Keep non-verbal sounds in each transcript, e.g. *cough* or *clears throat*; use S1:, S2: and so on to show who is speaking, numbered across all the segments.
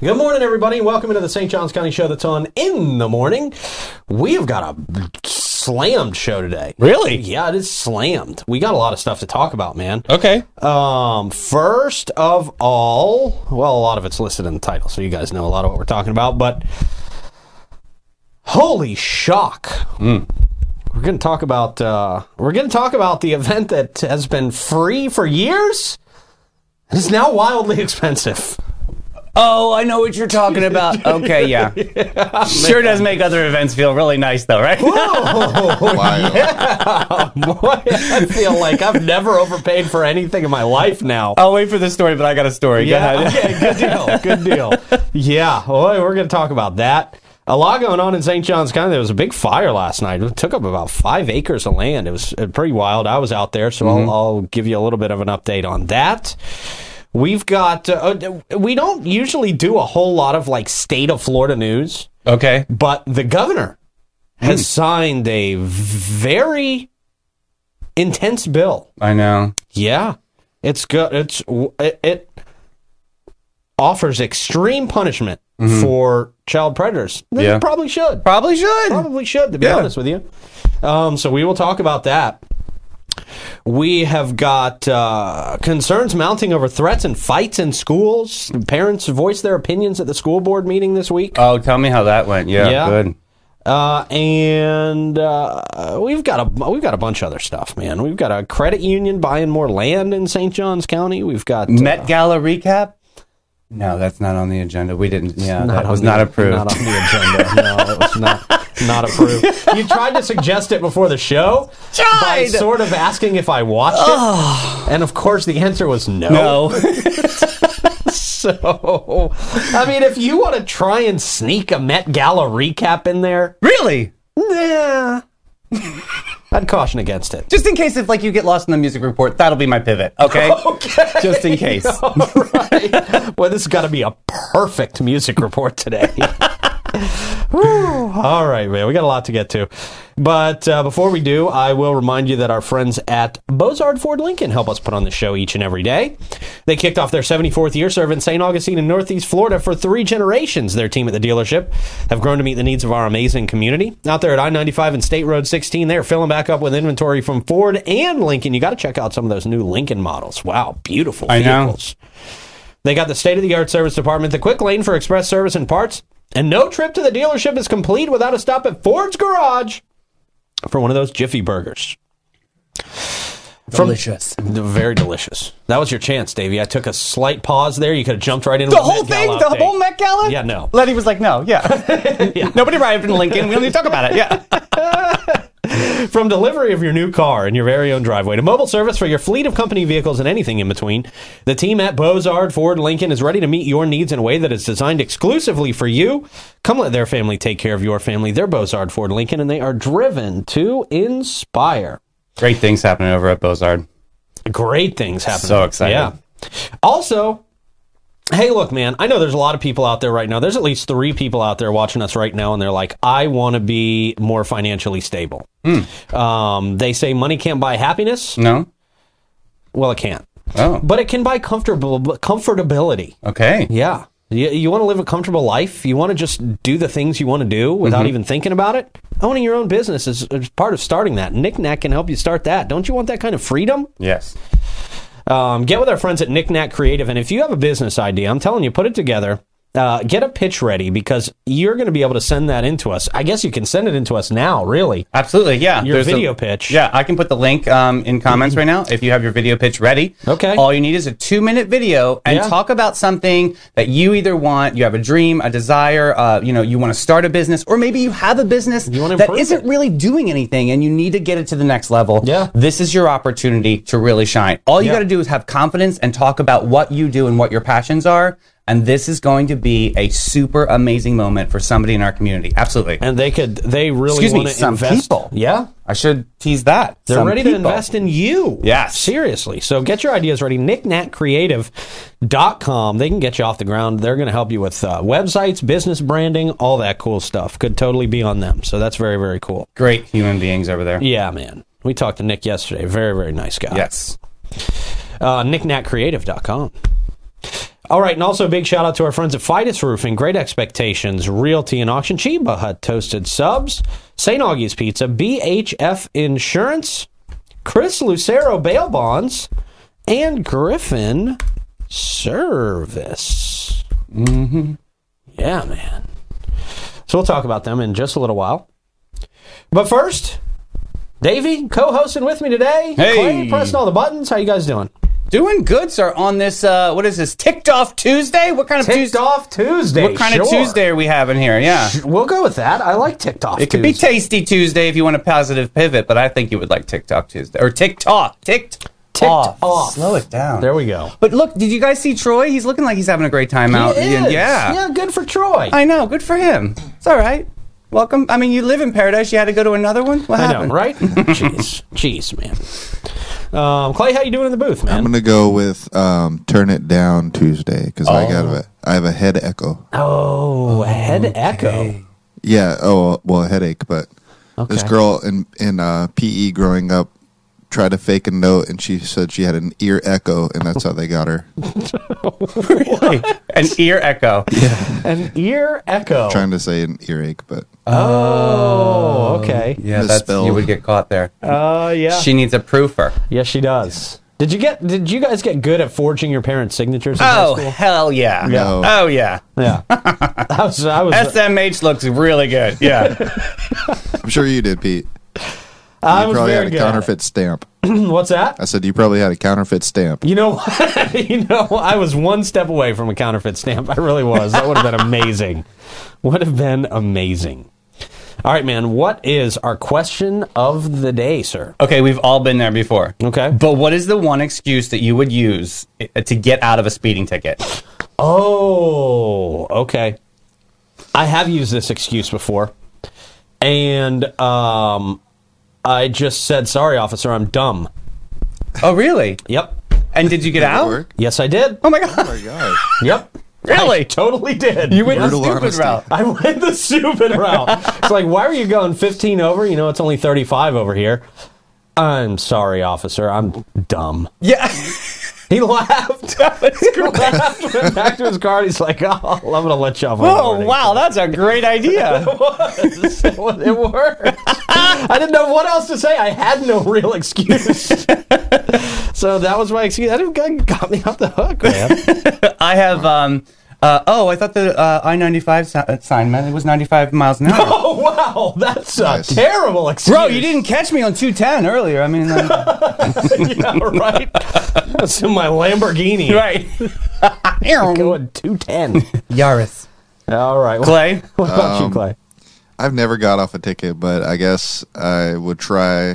S1: Good morning, everybody. Welcome into the St. Johns County Show that's on in the morning. We have got a slammed show today.
S2: Really?
S1: Yeah, it is slammed. We got a lot of stuff to talk about, man.
S2: Okay.
S1: Um, first of all, well, a lot of it's listed in the title, so you guys know a lot of what we're talking about, but holy shock. We're going to talk about uh, we're going to talk about the event that has been free for years and is now wildly *laughs* expensive.
S2: Oh, I know what you're
S1: *laughs*
S2: talking about. Okay, yeah. sure does make other events feel really nice, though, right?
S3: Wild.
S1: Boy, *laughs* I feel like I've never overpaid for anything in my life now.
S2: I'll wait for the story, but I got a story. Go
S1: Yeah.
S2: ahead.
S1: Okay. Good deal. Good deal. yeah. Boy, we're going to talk about that. A lot going on in St. John's County. There was a big fire last night. It took up about five acres of land. It was uh, pretty wild. I was out there, so I'll, I'll give you a little bit of an update on that. We've got. Uh, uh, we don't usually do a whole lot of like state of Florida news,
S2: Okay.
S1: but the governor has signed a very intense bill.
S2: I know.
S1: Yeah, it's good. It's it, it offers extreme punishment for child predators. They
S2: Mm-hmm. Yeah.
S1: probably should.
S2: Probably should.
S1: Probably should. To be
S2: Yeah.
S1: honest with you, um, so we will talk about that. We have got uh, concerns mounting over threats and fights in schools. Parents voiced their opinions at the school board meeting this week.
S2: Oh, tell me how that went. Yeah,
S1: Yeah.
S2: good.
S1: Uh, and uh, we've got a we've got a bunch of other stuff, man. We've got a credit union buying more land in St. Johns County. We've got uh,
S2: Met Gala recap? No, that's not on the agenda. We didn't. Yeah,
S1: not
S2: that
S1: on
S2: was
S1: the-
S2: not approved.
S1: Not on the agenda. No, it was not not approved. You tried to suggest it before the show by
S2: Tried!
S1: sort of asking if I watched it, and of course the answer was no.
S2: *laughs* no. *laughs*
S1: So, I mean, if you want to try and sneak a Met Gala recap in there,
S2: really?
S1: nah, I'd caution against it.
S2: Just in case if like you get lost in the music report, that'll be my pivot. Okay.
S1: *laughs* Okay.
S2: Just
S1: *laughs*
S2: in case.
S1: right. Well, this has got to be a perfect music report today. *laughs* Whew. All right, man. We got a lot to get to. But uh, before we do, I will remind you that our friends at Bozard Ford Lincoln help us put on the show each and every day. They kicked off their 74th year serving St. Augustine in Northeast Florida for three generations. Their team at the dealership have grown to meet the needs of our amazing community. Out there at I 95 and State Road 16, they're filling back up with inventory from Ford and Lincoln. You got to check out some of those new Lincoln models. Wow, beautiful
S2: I know.
S1: vehicles. They got the state of the art service department, the quick lane for express service and parts, and no trip to the dealership is complete without a stop at Ford's Garage for one of those Jiffy burgers.
S2: Delicious.
S1: They're very delicious. That was your chance, Davey. I took a slight pause there. You could have jumped right in.
S2: The
S1: with
S2: whole
S1: Met
S2: thing?
S1: Gala
S2: The
S1: update.
S2: whole Met Gala?
S1: Yeah, no.
S2: Letty was like, no,
S1: *laughs*
S2: yeah. Nobody arrived in Lincoln. We don't need to talk about it. Yeah.
S1: From delivery of your new car in your very own driveway to mobile service for your fleet of company vehicles and anything in between, the team at Bozard Ford Lincoln is ready to meet your needs in a way that is designed exclusively for you. Come let their family take care of your family. They're Bozard Ford Lincoln, and they are driven to inspire.
S2: Great things happening over at Bozard.
S1: Great things happen.
S2: So excited.
S1: Yeah. Also, hey, look, man, I know there's a lot of people out there right now. There's at least three people out there watching us right now, and they're like, I want to be more financially stable.
S2: Hmm.
S1: Um, they say money can't buy happiness.
S2: No?
S1: Well, it can't,
S2: Oh.
S1: but it can buy comfortable comfortability.
S2: Okay.
S1: Yeah. You, you want to live a comfortable life? You want to just do the things you want to do without
S2: Mm-hmm.
S1: even thinking about it? Owning your own business is, is part of starting that. Knickknack can help you start that. Don't you want that kind of freedom?
S2: Yes.
S1: Um, get with our friends at Knickknack Creative. And if you have a business idea, I'm telling you, put it together. Uh, get a pitch ready because you're going to be able to send that into us. I guess you can send it into us now, really.
S2: Absolutely. Yeah.
S1: Your
S2: a-
S1: video pitch.
S2: Yeah. I can put the link um, in comments right now if you have your video pitch ready.
S1: Okay.
S2: All you need is a two minute video and
S1: Yeah.
S2: talk about something that you either want, you have a dream, a desire, uh, you know, you want to start a business, or maybe you have a business
S1: You wanna
S2: that
S1: improve
S2: isn't
S1: it.
S2: really doing anything and you need to get it to the next level.
S1: Yeah.
S2: This is your opportunity to really shine. All you
S1: Yeah.
S2: got to do is have confidence and talk about what you do and what your passions are. And this is going to be a super amazing moment for somebody in our community. Absolutely.
S1: And they could, they really
S2: Excuse me,
S1: want to
S2: some
S1: invest.
S2: people.
S1: Yeah.
S2: I should tease that.
S1: They're
S2: Some
S1: ready to
S2: people.
S1: invest in you.
S2: Yes.
S1: Seriously. So get your ideas ready. KnickknackCreative.com. They can get you off the ground. They're going to help you with uh, websites, business branding, all that cool stuff. Could totally be on them. So that's very, very cool.
S2: Great human beings over there.
S1: Yeah, man. We talked to Nick yesterday. Very, very nice guy.
S2: Yes.
S1: Uh, knickknackcreative.com. All right, and also a big shout out to our friends at Fidus Roofing, Great Expectations, Realty and Auction, Chiba Hut Toasted Subs, St. Augie's Pizza, BHF Insurance, Chris Lucero Bail Bonds, and Griffin Service. Mm-hmm. Yeah, man. So we'll talk about them in just a little while. But first, Davey, co-hosting with me today.
S2: Hey.
S1: Clay, pressing all the buttons. How you guys doing?
S2: Doing good, sir. On this, uh, what is this? Ticked off Tuesday? What kind of
S1: Ticked
S2: Tuesday?
S1: off Tuesday.
S2: What kind of
S1: sure.
S2: Tuesday are we having here? Yeah,
S1: We'll go with that. I like TikTok.
S2: it could be Tasty Tuesday if you want a positive pivot, but I think you would like TikTok Tuesday or TikTok. Ticked
S1: Ticked off.
S2: Slow it down.
S1: There we go.
S2: But look, did you guys see Troy? He's looking like he's having a great time out.
S1: It
S2: Uh, Yeah.
S1: is. Yeah, good for Troy.
S2: I know. Good for him. It's all right. Welcome. I mean, you live in paradise. You had to go to another one. What
S1: I know,
S2: happened?
S1: right? *laughs* Jeez, jeez, man. Um, Clay, how you doing in the booth, man?
S3: I'm gonna go with um, turn it down Tuesday because I got a I have a head echo.
S1: oh, head echo.
S3: Yeah. Oh well, a headache. But this
S1: Okay.
S3: girl in in uh, PE growing up tried to fake a note, and she said she had an ear echo, and that's how they got her.
S2: Really? An ear echo.
S1: *laughs* An ear echo.
S3: Trying to say an earache, but
S1: Oh, okay.
S2: Yeah, that's, you
S3: Misspelled.
S2: would get caught there.
S1: Uh, yeah.
S2: She needs a proofer.
S1: yes, she does. Did you get? Did you guys get good at forging your parents' signatures? In high
S2: Oh,
S1: school?
S2: hell yeah.
S3: No.
S2: Oh, yeah. *laughs*
S1: yeah. I was. I was.
S2: SMH looks really good. Yeah.
S3: I'm sure you did, Pete.
S1: I
S3: you
S1: was
S3: probably had
S1: very
S3: a
S1: good. *clears throat* at it.
S3: counterfeit stamp.
S1: What's that?
S3: I said you probably had a counterfeit stamp.
S1: You know, *laughs* you know, I was one step away from a counterfeit stamp. I really was. That would have been amazing. Would have been amazing. All right, man. What is our question of the day, sir?
S2: okay, we've all been there before.
S1: Okay.
S2: But what is the one excuse that you would use i- to get out of a speeding ticket?
S1: Oh, okay. I have used this excuse before, and um, I just said, "Sorry, officer, I'm dumb."
S2: Oh, really?
S1: Yep.
S2: And did you get
S3: Did it
S2: out?
S3: work?
S1: Yes, I did.
S2: Oh, my God.
S3: Oh my gosh.
S1: Yep.
S2: Really?
S1: I totally did.
S2: You went the
S3: Brutal
S2: stupid
S3: honesty.
S2: route.
S1: *laughs* I went the stupid route. It's like, why are you going 15 over? You know, it's only 35 over here. I'm sorry, officer. I'm dumb.
S2: Yeah. *laughs*
S1: He laughed. *laughs*
S2: That's
S1: He laughed, went back to his car. and He's like, oh, I'm going to let you off. on
S2: Oh,
S1: warning." *laughs*
S2: wow. That's a great idea.
S1: It was. It was- it worked. *laughs* I didn't know what else to say. I had no real excuse. *laughs* so that was my excuse. That kind of got me off the hook,
S2: *laughs*
S1: man.
S2: I have, um, uh, oh, I thought the uh, I 95 si- sign meant it was 95 miles an hour.
S1: oh, wow. That's a
S3: Nice.
S1: terrible excuse.
S2: Bro, you didn't catch me on 210 earlier. I mean, uh,
S1: *laughs* yeah, right. That's in my Lamborghini.
S2: *laughs* right.
S1: Going 210.
S2: Yaris.
S1: All right. *laughs* What
S2: Clay.
S1: about you, Clay?
S3: I've never got off a ticket, but I guess I would try.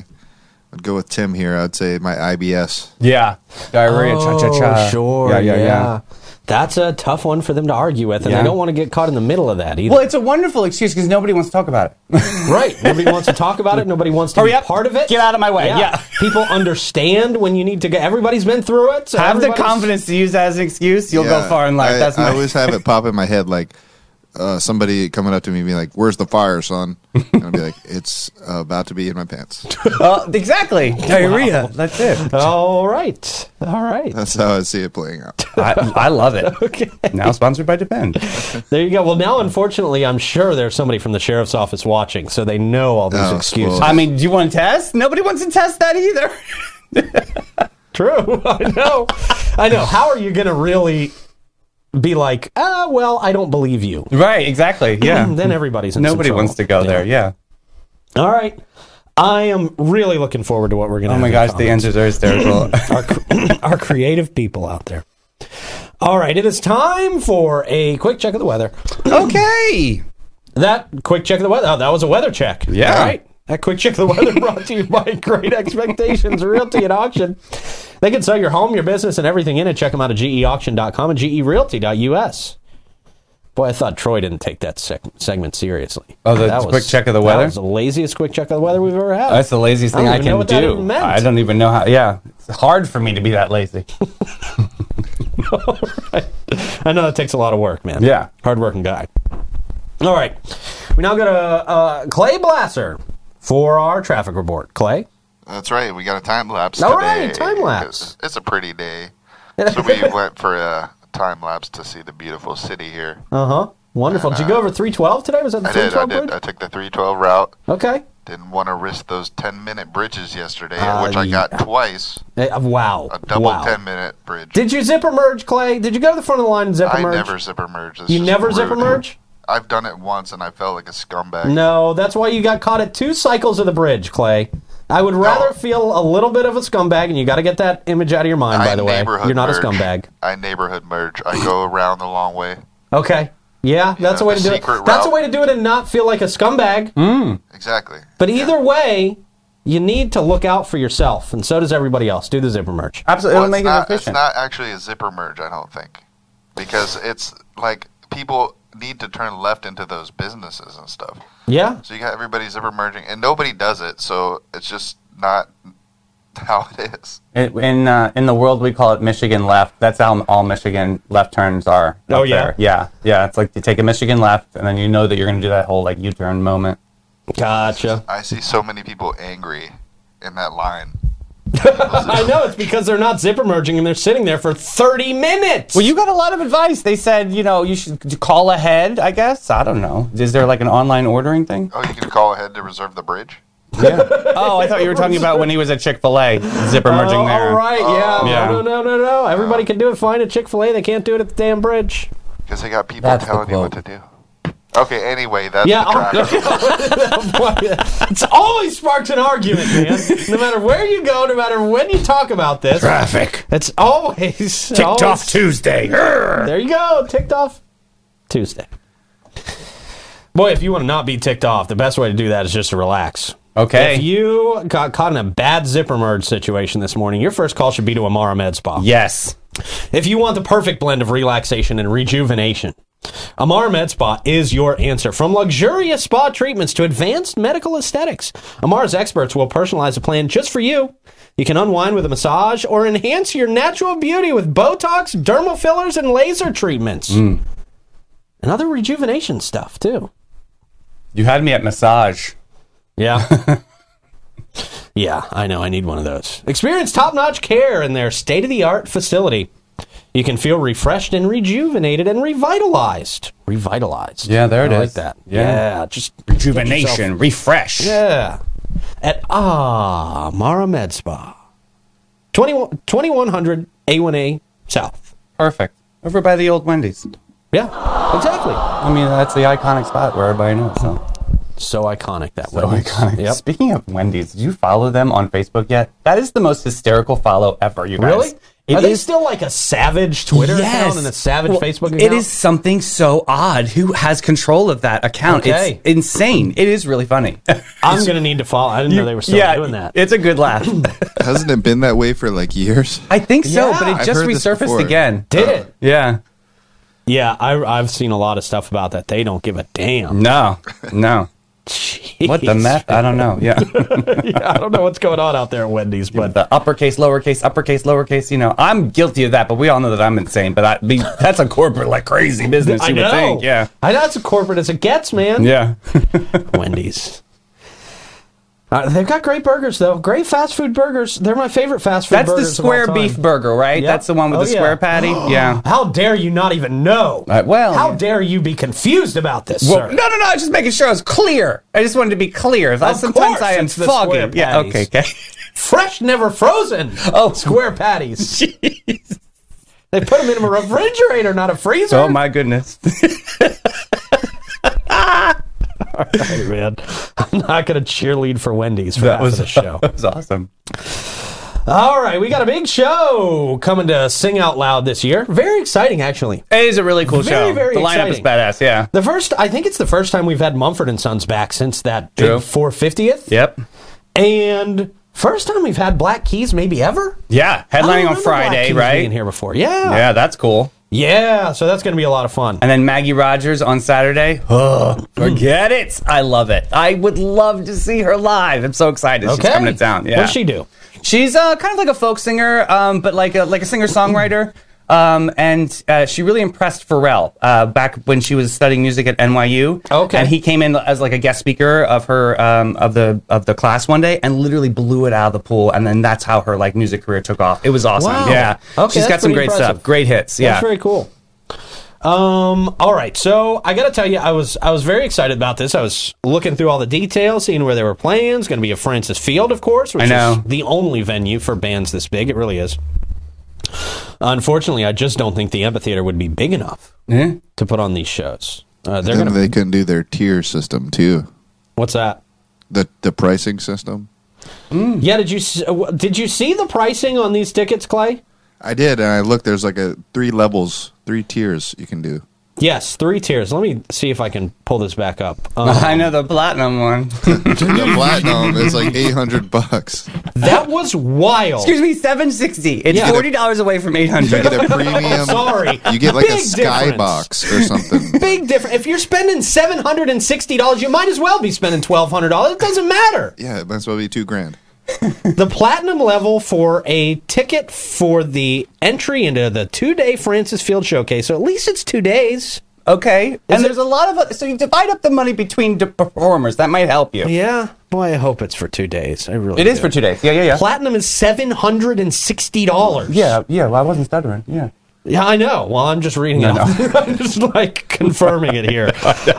S3: I'd go with Tim here. I'd say my IBS.
S2: Yeah. Diarrhea. cha cha cha.
S1: Oh, sure.
S2: Yeah, Oh, yeah, yeah.
S1: That's a tough one for them to argue with, and
S2: Yeah.
S1: they don't want to get caught in the middle of that either.
S2: Well, it's a wonderful excuse because nobody wants to talk about it. *laughs*
S1: Right. Nobody wants to talk about it. Nobody wants to
S2: Hurry
S1: be
S2: up.
S1: part of it.
S2: Get out of my way. Yeah. *laughs*
S1: People understand when you need to go. Everybody's been through it. so
S2: Have the
S1: everybody's-
S2: confidence to use that as an excuse. You'll
S3: Yeah,
S2: go far in life.
S3: I,
S2: That's my.
S3: I
S2: *laughs*
S3: always
S1: *laughs*
S3: have it pop in my head like uh, somebody coming up to me and being like, "Where's the fire, son?" And I'd
S1: *laughs*
S3: be like, "It's about to be in my pants." *laughs*
S2: Uh, exactly. Diarrhea. That's it.
S1: All right. All
S3: *laughs*
S1: right.
S3: That's how I see it playing out.
S2: I, I love it. *laughs* Okay. Now sponsored by Depend.
S1: There you go. Well, now, unfortunately, I'm sure there's somebody from the sheriff's office watching, so they know all these
S3: Oh,
S1: excuses.
S3: spoiled.
S2: I mean, do you want to test? Nobody wants to test that either.
S1: *laughs* True. *laughs* I know. I know. How are you going to really be like, ah, well, I don't believe you?
S2: Right. Exactly. *laughs* Yeah.
S1: then everybody's in some
S2: Nobody
S1: trouble.
S2: wants to go there. Yeah. Oh
S1: All right. I am really looking forward to what we're going to
S2: Oh my gosh, the answers are hysterical.
S1: our, *laughs* our creative people out there. All right, it is time for a quick check of the weather.
S2: okay.
S1: That quick check of the weather. Oh, that was a weather check.
S2: Yeah.
S1: All right. That quick check of the
S2: *laughs*
S1: weather brought to you by Great Expectations Realty and Auction. They can sell your home, your business, and everything in it. Check them out at geauction.com and gerealty.us. Boy, I thought Troy didn't take that sec- segment seriously.
S2: Oh, the quick check of the weather?
S1: That was the laziest quick check of the weather we've ever had.
S2: That's the laziest
S1: I don't
S2: thing I,
S1: even
S2: can
S1: know what
S2: do.
S1: that even meant.
S2: I don't even know how. Yeah, it's hard for me to be that lazy.
S1: I know that takes a lot of work, man.
S2: Yeah.
S1: Hardworking guy. All right. We now go to uh, Clay Blasser for our traffic report. Clay?
S4: That's right. We got a time lapse.
S1: All
S4: All
S1: right,
S4: right,
S1: time lapse. *laughs*
S4: It's, it's a pretty day. So we went for a
S3: time lapse to see the beautiful city here.
S1: Uh huh. Wonderful. Did you go over 312 today? Was that the
S3: I did. I
S1: 312
S3: did. I
S1: bridge?
S3: took the 312 route.
S1: Okay.
S3: Didn't want to risk those 10 minute bridges yesterday,
S1: Ah,
S3: which I
S1: yeah.
S3: got twice.
S1: Eh, uh, wow.
S3: A double
S1: wow.
S3: 10 minute bridge.
S1: Did you zipper merge, Clay? Did you go to the front of the line and zipper
S3: I
S1: merge?
S3: never zipper merge. It's
S1: You
S3: just
S1: never
S3: rude.
S1: zipper merge?
S3: I've done it once and I felt like a scumbag.
S1: No, that's why you got caught at two cycles of the bridge, Clay. I would rather feel a little bit of a scumbag, and you got to get that image out of your mind.
S3: I
S1: by the way,
S3: neighborhood
S1: you're not
S3: merge.
S1: a scumbag.
S3: I neighborhood merge. I go around the long way.
S1: Okay. Yeah, that's
S3: know,
S1: a way
S3: the
S1: to do it.
S3: secret
S1: That's a
S3: route. Hmm?
S1: way to do it and not feel like a scumbag.
S3: Exactly.
S1: But either way, you need to look out for yourself, and so does everybody else. Do the zipper merge.
S2: Absolutely,
S3: Well,
S2: it'll
S3: it's
S2: make
S3: not,
S2: it
S3: it's
S2: efficient.
S3: not actually a zipper merge, I don't think, because it's like people need to turn left into those businesses and stuff.
S1: Yeah.
S3: So you got everybody zipper merging, and nobody does it. So it's just not how it is.
S2: It- in uh, in the world, we call it Michigan left. That's how all Michigan left turns are. up
S1: Oh, yeah?
S2: there. yeah, yeah. It's like you take a Michigan left, and then you know that you're going to do that whole like U-turn moment.
S1: Gotcha.
S3: I see so many people angry in that line.
S1: I know it's because they're not zipper merging and they're sitting there for 30 minutes.
S2: Well, you got a lot of advice. They said you know you should call ahead. I guess I don't know. Is there like an online ordering thing?
S3: Oh, you can call ahead to reserve the bridge.
S2: Yeah. *laughs* oh, I thought you were talking about when he was at Chick Fil A, zipper merging
S1: oh,
S2: there.
S1: All right. Yeah.
S2: Yeah.
S1: No, no, no, no, no. Everybody can do it fine at Chick fil A. They can't do it at the damn *laughs* bridge.
S3: Because they got people
S2: That's the
S3: telling you what to
S2: quote.
S3: do. Okay, anyway, that's
S1: Yeah,
S3: the traffic. *laughs*
S1: it's always sparks an argument, man. No matter where you go, no matter when you talk about this,
S4: Traffic.
S1: it's always ticked
S4: Tough
S2: *laughs*
S4: Tuesday.
S1: There you go, ticked off Tuesday. Boy, if you want to not be ticked off, the best way to do that is just to relax.
S2: Okay.
S1: If you got caught in a bad zipper merge situation this morning, your first call should be to Amara Med Spa.
S2: yes.
S1: If you want the perfect blend of relaxation and rejuvenation, Amara Med Spa is your answer. From luxurious spa treatments to advanced medical aesthetics, Amara's experts will personalize a plan just for you. You can unwind with a massage or enhance your natural beauty with Botox, dermal fillers, and laser treatments. And other rejuvenation stuff, too.
S2: You had me at massage. *laughs*
S1: Yeah. yeah, I know. I need one of those. Experience top notch care in their state of the art facility. You can feel refreshed and rejuvenated and revitalized. Revitalized.
S2: Yeah, there it
S1: it is. I
S2: is.
S1: like that.
S2: Yeah.
S1: Yeah. just
S4: Rejuvenation. Refresh.
S1: yeah. At Ah Mara Med Spa, 21 2100 A1A South.
S2: Perfect. Over by the old Wendy's.
S1: Yeah, exactly.
S2: I mean, that's the iconic spot where everybody knows. So,
S1: So iconic that
S2: so
S1: way.
S2: iconic.
S1: Yep.
S2: Speaking of Wendy's, did you follow them on Facebook yet? That is the most hysterical follow ever, you guys.
S1: Really?
S2: It
S1: Are they
S2: is-
S1: still like a savage Twitter account and a savage
S2: Well,
S1: Facebook account?
S2: It is something so odd. Who has control of that account?
S1: Okay.
S2: It's insane. It is really *laughs* funny.
S1: I'm gonna need to follow. I didn't know they were still doing that.
S2: It's a good *laughs* laugh.
S3: Hasn't it been that way for like years?
S2: I think so,
S1: Yeah.
S2: but it
S1: I've
S2: just
S3: heard this
S2: resurfaced
S3: before.
S2: again.
S1: Did it?
S2: Yeah.
S1: Yeah, I, I've seen a lot of stuff about that. They don't give a damn.
S2: No. No. What
S1: *laughs*
S2: the meth? I don't know. Yeah. *laughs*
S1: yeah, I don't know what's going on out there at Wendy's, but
S2: the uppercase, lowercase, uppercase, lowercase. You know, I'm guilty of that, but we all know that I'm insane. But I, be, that's a corporate like crazy business. You
S1: I
S2: would
S1: know.
S2: think, yeah,
S1: I know it's as corporate as it gets, man.
S2: yeah.
S1: Wendy's. *laughs* Uh, they've got great burgers though. Great fast food burgers. They're my favorite fast food
S2: that's the
S1: burgers. of all
S2: square
S1: time.
S2: beef burger, right?
S1: Yep.
S2: That's the one with
S1: Oh,
S2: the
S1: yeah. *gasps*
S2: square *gasps* patty. yeah.
S1: How dare you not even know?
S2: Uh, well,
S1: how
S2: yeah.
S1: dare you be confused about this,
S2: Well,
S1: sir?
S2: no, no, no. I was just making sure I was clear. I just wanted to be clear. I-
S1: Of
S2: Sometimes
S1: course
S2: I am
S1: it's the square
S2: foggy. Yeah.
S1: patties.
S2: Okay. Okay.
S1: Fresh, never frozen.
S2: Oh.
S1: square *laughs* patties. They put them in a refrigerator, not a freezer.
S2: *laughs* oh my *laughs* goodness.
S1: Hey, man. *laughs* I'm not going to cheerlead for Wendy's for
S2: that
S1: that
S2: was
S1: the show.
S2: *laughs* That was awesome.
S1: *laughs* All right, we got a big show coming to Sing Out Loud this year. Very exciting, actually.
S2: It is a really cool
S1: Very,
S2: show.
S1: very
S2: the lineup is
S1: exciting.
S2: badass. Yeah.
S1: The first, I think it's the first time we've had Mumford and Sons back since that big
S2: True.
S1: 450th.
S2: Yep.
S1: And first time we've had Black Keys maybe ever.
S2: Yeah.
S1: I don't
S2: Headlining on
S1: remember Black
S2: Friday,
S1: Keys
S2: right?
S1: Being here before, yeah, yeah.
S2: Yeah, that's cool.
S1: so that's going to be a lot of fun.
S2: And then Maggie Rogers on Saturday. Ugh, forget it. I love it. I would love to see her live. I'm so excited. She's coming to town. Yeah.
S1: What does she do?
S2: She's uh, kind of like a folk singer, um, but like a like a singer songwriter. Um, and uh, she really impressed Pharrell uh, back when she was studying music at NYU.
S1: Okay.
S2: and he came in as like a guest speaker of her um, of the of the class one day, and literally blew it out of the pool. And then that's how her like music career took off. It was awesome.
S1: Wow.
S2: Yeah,
S1: Okay,
S2: she's
S1: that's
S2: got some
S1: pretty
S2: great
S1: impressive.
S2: stuff, great hits. Yeah,
S1: That's very cool. Um, all right, so I got to tell you, I was I was very excited about this. I was looking through all the details, seeing where they were playing. It's going to be a Francis Field, of course, which
S2: I know.
S1: is the only venue for bands this big. It really is. Unfortunately, I just don't think the amphitheater would be big enough
S2: Yeah.
S1: to put on these shows. Uh, they're
S3: And
S1: gonna.
S3: they couldn't do their tier system too.
S1: What's that?
S3: The the pricing system.
S1: Yeah, did you s- uh, wh- did you see the pricing on these tickets, Clay?
S3: I did, and I looked. There's like a three levels, three tiers you
S1: *laughs*
S3: can do.
S1: Yes, three tiers. Let me see if I can pull this back up. Um,
S2: *laughs* I know the platinum one.
S3: the platinum is like eight hundred bucks.
S1: that was wild.
S2: Excuse me, seven sixty. It's
S1: Yeah.
S2: forty dollars away from eight
S3: You get
S2: hundred.
S3: a premium.
S1: Sorry.
S3: You get like a
S1: Big difference.
S3: skybox or
S1: *laughs*
S3: something.
S1: big difference. If you're spending seven hundred and sixty dollars, you might as well be spending twelve hundred dollars. It doesn't matter.
S3: Yeah, it might as well be two grand.
S1: the platinum level for a ticket for the entry into the two-day Francis Field Showcase. So at least it's two days.
S2: Okay, and
S1: it-
S2: there's a lot of so you divide up the money between the performers. That might help you.
S1: Yeah, boy, I hope it's for two days. I really.
S2: It is for two days. Yeah, yeah, yeah.
S1: Platinum is seven hundred and sixty dollars.
S2: Yeah, yeah. Well, I wasn't stuttering. Yeah.
S1: Yeah, I know. Well, I'm just reading it. *laughs* I'm just like confirming it
S2: *laughs*
S1: here.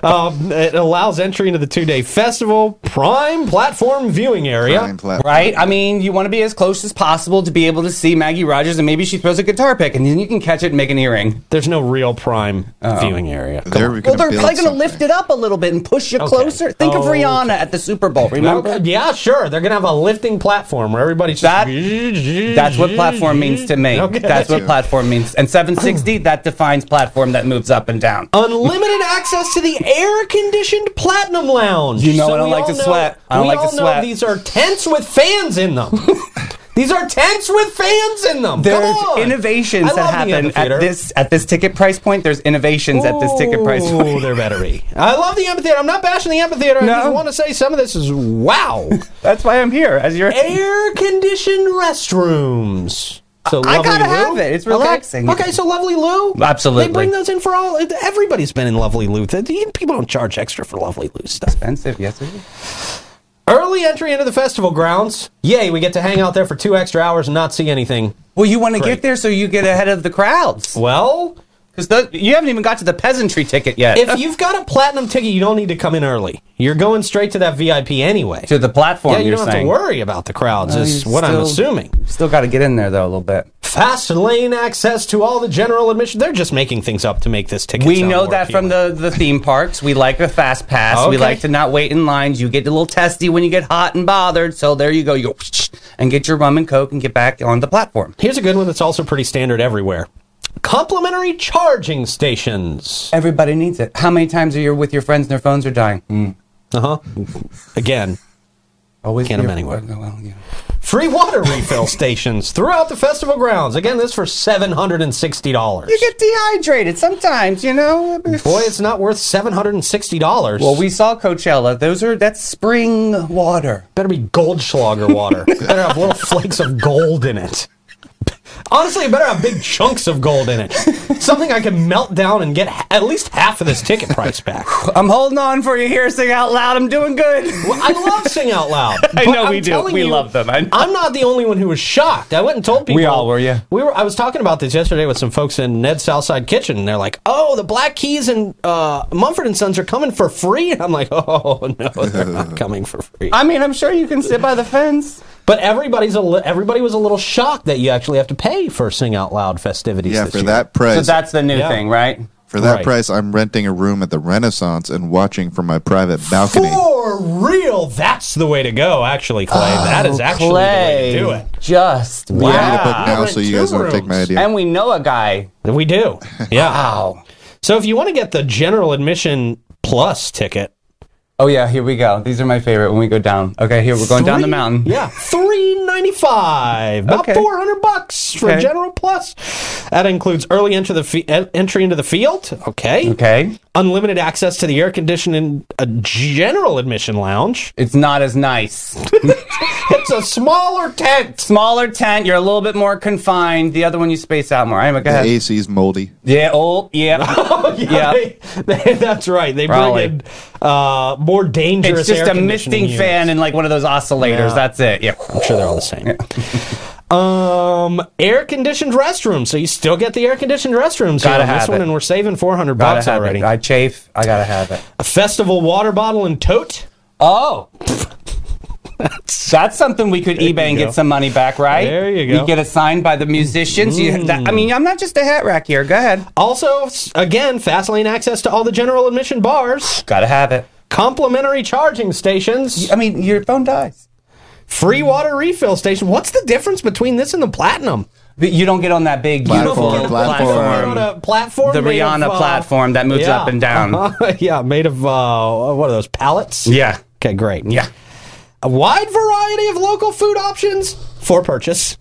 S1: Um, it allows entry into the two-day festival, prime platform viewing area.
S3: Nine plat-
S2: Right? I mean, you want to be as close as possible to be able to see Maggie Rogers, and maybe she throws a guitar pick, and then you can catch it and make an earring.
S1: There's no real prime viewing area.
S3: There we
S2: Well,
S3: could
S2: they're probably
S3: build
S2: going to
S3: something.
S2: lift it up a little bit and push you
S1: Okay.
S2: closer. Think of
S1: Oh,
S2: Rihanna at the Super Bowl. Remember?
S1: Okay, Yeah, sure. They're gonna have a lifting platform where everybody's *laughs*
S2: That-
S1: just
S2: That's what platform means to me.
S1: Okay.
S2: That's what platform means. And 760, that defines platform that moves up and down.
S1: Unlimited access to the air-conditioned Platinum Lounge.
S2: You know I
S1: we
S2: don't like
S1: all
S2: to sweat. I don't
S1: we
S2: like to
S1: all know
S2: sweat.
S1: These are tents with fans in them.
S2: *laughs*
S1: these are tents with fans in them.
S2: There's
S1: Come on.
S2: innovations
S1: I
S2: that
S1: love the
S2: happen
S1: amphitheater.
S2: at this at this ticket price point. There's innovations at this ticket price point.
S1: Ooh, there better be. I love the amphitheater. I'm not bashing the amphitheater. I
S2: No.
S1: just want to say some of this is wow.
S2: That's why I'm here as your
S1: air-conditioned restrooms. So
S2: I gotta
S1: Lovely Lou.
S2: have it. It's
S1: I like-
S2: relaxing.
S1: okay, so Lovely Lou.
S2: Absolutely.
S1: They bring those in for all. Everybody's been in Lovely Lou. Th- you- People don't charge extra for Lovely Lou stuff.
S2: expensive. Yes, it is.
S1: Early entry into the festival grounds. Yay, we get to hang out there for two extra hours and not see anything.
S2: Well, you want to
S1: Great.
S2: get there so you get ahead of the crowds.
S1: Well,
S2: Because you haven't even got to the peasantry ticket yet.
S1: if you've got a platinum ticket, you don't need to come in early. You're going straight to that VIP anyway.
S2: *laughs* to the platform,
S1: yeah, you
S2: you're
S1: don't
S2: saying.
S1: have to worry about the crowds. is
S2: you
S1: what I'm
S2: still-
S1: assuming.
S2: Still got to get in there though a little bit.
S1: Fast lane access to all the general admission. They're just making things up to make this ticket.
S2: We
S1: sound
S2: know
S1: more
S2: that from
S1: appealing.
S2: the, the theme parks. We like a fast pass.
S1: Okay.
S2: We like to not wait in lines. You get a little testy when you get hot and bothered. So there you go. You go and get your rum and coke and get back on the platform.
S1: Here's a good one that's also pretty standard everywhere. Complimentary charging stations.
S2: Everybody needs it. How many times are you with your friends and their phones are dying?
S1: Uh huh. Again,
S2: Always
S1: Can't
S2: your-
S1: have anywhere.
S2: Well, yeah.
S1: free water
S2: *laughs*
S1: refill stations throughout the festival grounds. Again, this for seven hundred and sixty dollars.
S2: You get dehydrated sometimes, you know.
S1: Boy, it's not worth seven hundred and sixty dollars.
S2: Well, we saw Coachella. Those are that's spring water.
S1: better be Goldschlager
S2: *laughs*
S1: water. better have little flakes of gold in it. Honestly, it better have big chunks of gold in it. Something I can melt down and get ha- at least half of this ticket price back.
S2: I'm holding on for you here. Sing out loud. I'm doing good.
S1: Well, I love Sing Out Loud.
S2: *laughs* I
S1: but
S2: know we do.
S1: telling
S2: We love them. I know.
S1: I'm not the only one who was shocked. I went and told people.
S2: We all were, yeah.
S1: We were. I was talking about this yesterday with some folks in Ned's Southside Kitchen, and they're like, "Oh, the Black Keys and uh, Mumford and Sons are coming for free," and I'm like, "Oh no, they're
S2: *laughs*
S1: not coming for free."
S2: *laughs* I mean, I'm sure you can sit by the fence.
S1: But everybody's a li- everybody was a little shocked that you actually have to pay for Sing Out Loud festivities.
S3: Yeah,
S1: this
S3: for
S1: year.
S3: that price.
S2: So that's the new
S1: Yeah.
S2: thing, right?
S3: for that
S1: Right.
S3: price, I'm renting a room at the Renaissance and watching from my private balcony.
S1: For real, that's the way to go. Actually, Clay,
S3: Oh,
S1: that is actually the way to do it.
S2: Just
S3: I
S2: wow.
S3: need to book now,
S1: Rent
S3: so you
S1: two
S3: guys don't take my
S1: rooms.
S3: idea.
S2: And we know a guy.
S1: We
S3: *laughs*
S1: do. Yeah.
S2: Wow.
S1: So if you want to get the general admission plus ticket,
S2: Oh yeah, here we go. These are my favorite when we go down. Okay, here we're going down the
S1: Three-
S2: mountain.
S1: *laughs* Yeah, three ninety five, about
S2: Okay.
S1: four hundred bucks for
S2: Okay.
S1: General Plus. That includes early into the fe- en- entry into the field. Okay.
S2: Okay.
S1: Unlimited access to the air conditioning uh, general admission lounge.
S2: It's not as nice.
S1: It's a smaller tent. *laughs*
S2: Smaller tent, you're a little bit more confined. The other one you space out more. Anyway, go
S3: The
S2: ahead.
S3: AC's moldy.
S2: Yeah, old
S1: *laughs*
S2: yeah. Yeah.
S1: They- they- *laughs* that's right. They
S2: Probably.
S1: bring in uh, more dangerous.
S2: it's
S1: air
S2: just a misting
S1: conditioning units.
S2: fan and like one of those oscillators.
S1: Yeah.
S2: That's it. Yeah.
S1: I'm sure they're all the same. um, air conditioned restrooms. So you still get the air conditioned restrooms
S2: Gotta
S1: here on this
S2: have
S1: one,
S2: it.
S1: and we're saving four hundred
S2: Gotta
S1: bucks
S2: have
S1: already.
S2: it. I chafe. I gotta have it.
S1: A festival water bottle and tote.
S2: Oh. That's something we could eBay and
S1: go.
S2: get some money back, right?
S1: There you go. Mm.
S2: We get it signed by the musicians. You, that, I mean, I'm not just a hat rack here. Go ahead.
S1: Also, s- again, fast lane access to all the general admission bars,
S2: Gotta have it.
S1: complimentary charging stations,
S2: I mean, your phone dies.
S1: free water refill station. What's the difference between this and the platinum?
S2: But you don't get on that big
S3: Platform,
S2: beautiful
S3: platform.
S1: On a platform,
S2: The
S1: made
S2: Rihanna
S1: of, uh,
S2: platform that moves up and down.
S1: Uh-huh. *laughs* yeah, made of uh, what are those pallets?
S2: Yeah.
S1: Okay, great.
S2: Yeah.
S1: A wide variety of local food options for purchase.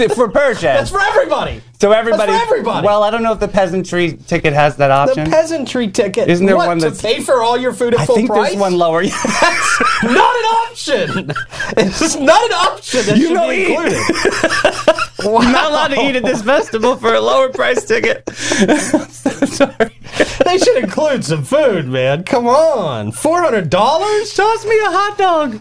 S2: It's for purchase.
S1: That's for everybody.
S2: so everybody,
S1: That's for everybody.
S2: Well, I don't know if the peasantry ticket has that
S1: the
S2: option.
S1: peasantry ticket.
S2: Isn't there
S1: What,
S2: one
S1: to
S2: that's-
S1: pay for all your food at
S2: I
S1: full
S2: think
S1: price? *laughs*
S2: there's one lower. *laughs*
S1: That's not an option. *laughs* It's not an option that should
S2: know
S1: be
S2: eat.
S1: included.
S2: I'm not allowed to eat at this festival for a lower price ticket.
S1: they should include some food, man. Come on, four hundred
S2: *laughs*
S1: dollars.
S2: Toss me a hot dog.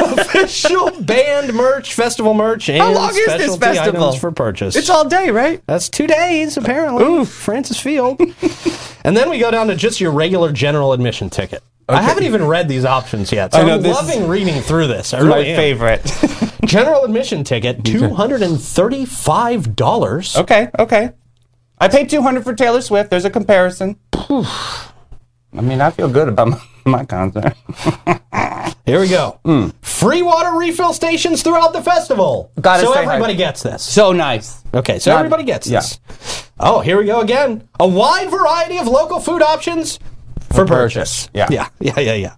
S1: Official band merch, festival merch, and
S2: How long is this
S1: specialty
S2: festival?
S1: items for purchase.
S2: It's all day, right?
S1: That's two days, apparently. Francis Field. *laughs* and then we go down to just your regular general admission ticket. I haven't even read these options yet, so
S2: I know,
S1: I'm
S2: this
S1: loving reading through this. I
S2: My
S1: really am.
S2: favorite. *laughs*
S1: General admission ticket, two hundred and thirty-five dollars.
S2: Okay, okay. I paid 200 for Taylor Swift. There's a comparison. I mean, I feel good about *laughs* my, my concert.
S1: Here we go.
S2: Hmm.
S1: Free water refill stations throughout the festival.
S2: Gotta
S1: so
S2: stay
S1: everybody
S2: hydrated.
S1: gets this.
S2: So nice.
S1: Okay, so
S2: Not-
S1: everybody gets
S2: yeah.
S1: this. Oh, here we go again. A wide variety of local food options for purchase.
S2: purchase. Yeah.
S1: yeah, yeah, *laughs* yeah, yeah.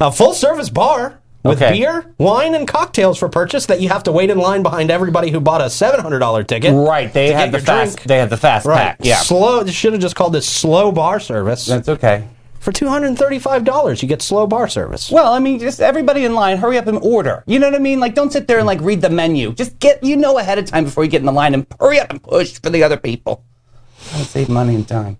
S1: A full service bar with
S2: Okay.
S1: beer, wine, and cocktails for purchase that you have to wait in line behind everybody who bought a seven hundred dollar ticket.
S2: Right. They
S1: to
S2: have the
S1: get your
S2: fast.
S1: drink.
S2: They have the fast
S1: Right.
S2: pack. Yeah.
S1: Slow. Should have just called this slow bar service.
S2: That's okay.
S1: For two hundred and thirty-five dollars, you get slow bar service.
S2: Well, I mean, just everybody in line, hurry up and order. You know what I mean? Like, don't sit there and like read the menu. Just get you know ahead of time before you get in the line and hurry up and push for the other people. Gotta save money and time.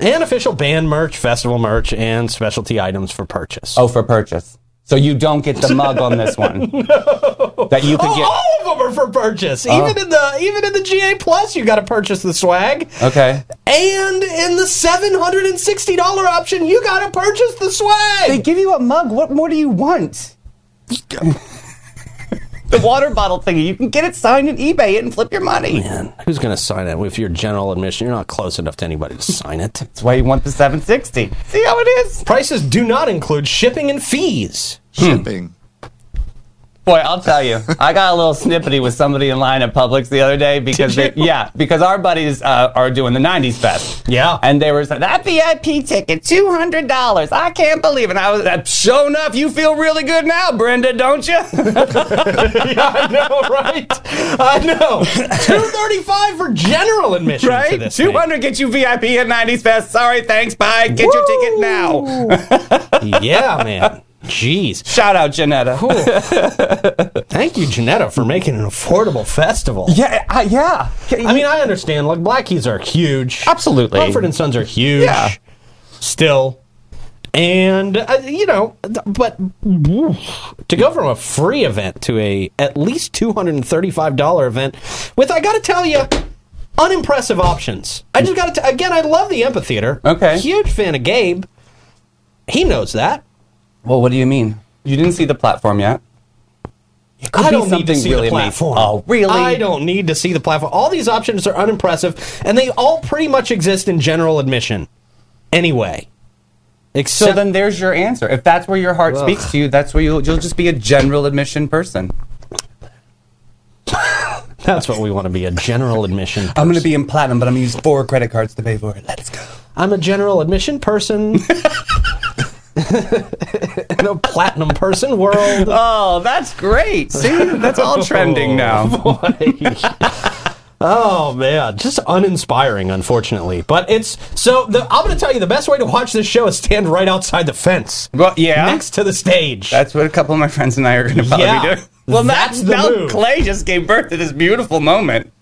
S1: and official band merch, festival merch, and specialty items for purchase.
S2: Oh, for purchase. So you don't get the mug on this *laughs* one. That you could
S1: Oh,
S2: get. *laughs*
S1: all of them are for purchase. Even in the even in the GA Plus, you got to purchase the swag.
S2: Okay.
S1: And in the seven hundred and sixty dollar option, you got to purchase the swag.
S2: They give you a mug. What more do you *laughs* want? the water bottle thingy. You can get it signed and eBay it and flip your money.
S1: Man, who's going to sign it? If you're general admission, you're not close enough to anybody to sign it.
S2: That's why you want the 760. See how it
S1: *laughs*
S2: is?
S1: Prices do not include shipping and fees.
S3: Shipping.
S2: Boy, I'll tell you, I got a little snippety with somebody in line at Publix the other day because
S1: Did
S2: they,
S1: you?
S2: yeah, because our buddies uh, are doing the '90s fest.
S1: *laughs* Yeah.
S2: and they were saying that VIP ticket, two hundred dollars. I can't believe it. I was uh, sure enough. You feel really good now, Brenda, don't
S1: *laughs*
S2: you?
S1: I know, right? I know. Two thirty-five for general admission. to
S2: right?
S1: this
S2: Two
S1: thing.
S2: hundred gets you VIP at '90s fest. Sorry, thanks, bye. Get your ticket now.
S1: yeah, man. Jeez.
S2: Shout out, Janetta.
S1: Thank you, Janetta, for making an affordable festival.
S2: *laughs* Yeah, I, yeah.
S1: I mean, I understand. Like, Black Keys are huge.
S2: Absolutely.
S1: Mumford and Sons are huge.
S2: Yeah.
S1: Still. And, uh, you know, th- but oof, to go from a free event to a at least $235 event with, I got to tell you, unimpressive options. I just got to, again, I love the amphitheater.
S2: Okay.
S1: Huge fan of Gabe. He knows that.
S2: well, what do you mean? You didn't see the platform yet. It could
S1: I
S2: be
S1: don't need to
S2: something
S1: see
S2: really
S1: the
S2: amazing.
S1: platform.
S2: Oh, really?
S1: I don't need to see the platform. All these options are unimpressive, and they all pretty much exist in general admission, anyway.
S2: So
S1: Except
S2: then there's your answer. If that's where your heart speaks to you, that's where you'll, you'll just be a general admission person.
S1: that's what we want to be—a general admission.
S2: I'm going to be in platinum, but I'm going to use four credit cards to pay for it. Let's go.
S1: I'm a general admission person. *laughs* in a platinum person world.
S2: Oh, that's great. See, that's *laughs* all *laughs* trending now.
S1: *laughs* Oh man, just uninspiring, unfortunately. But it's so. The, I'm going to tell you the best way to watch this show is stand right outside the fence,
S2: Well, yeah.
S1: next to the stage.
S2: That's what a couple of my friends and I are going to probably
S1: Yeah.
S2: do. *laughs* Well,
S1: That's
S2: that's
S1: the
S2: now
S1: move.
S2: Clay just gave birth to this beautiful moment.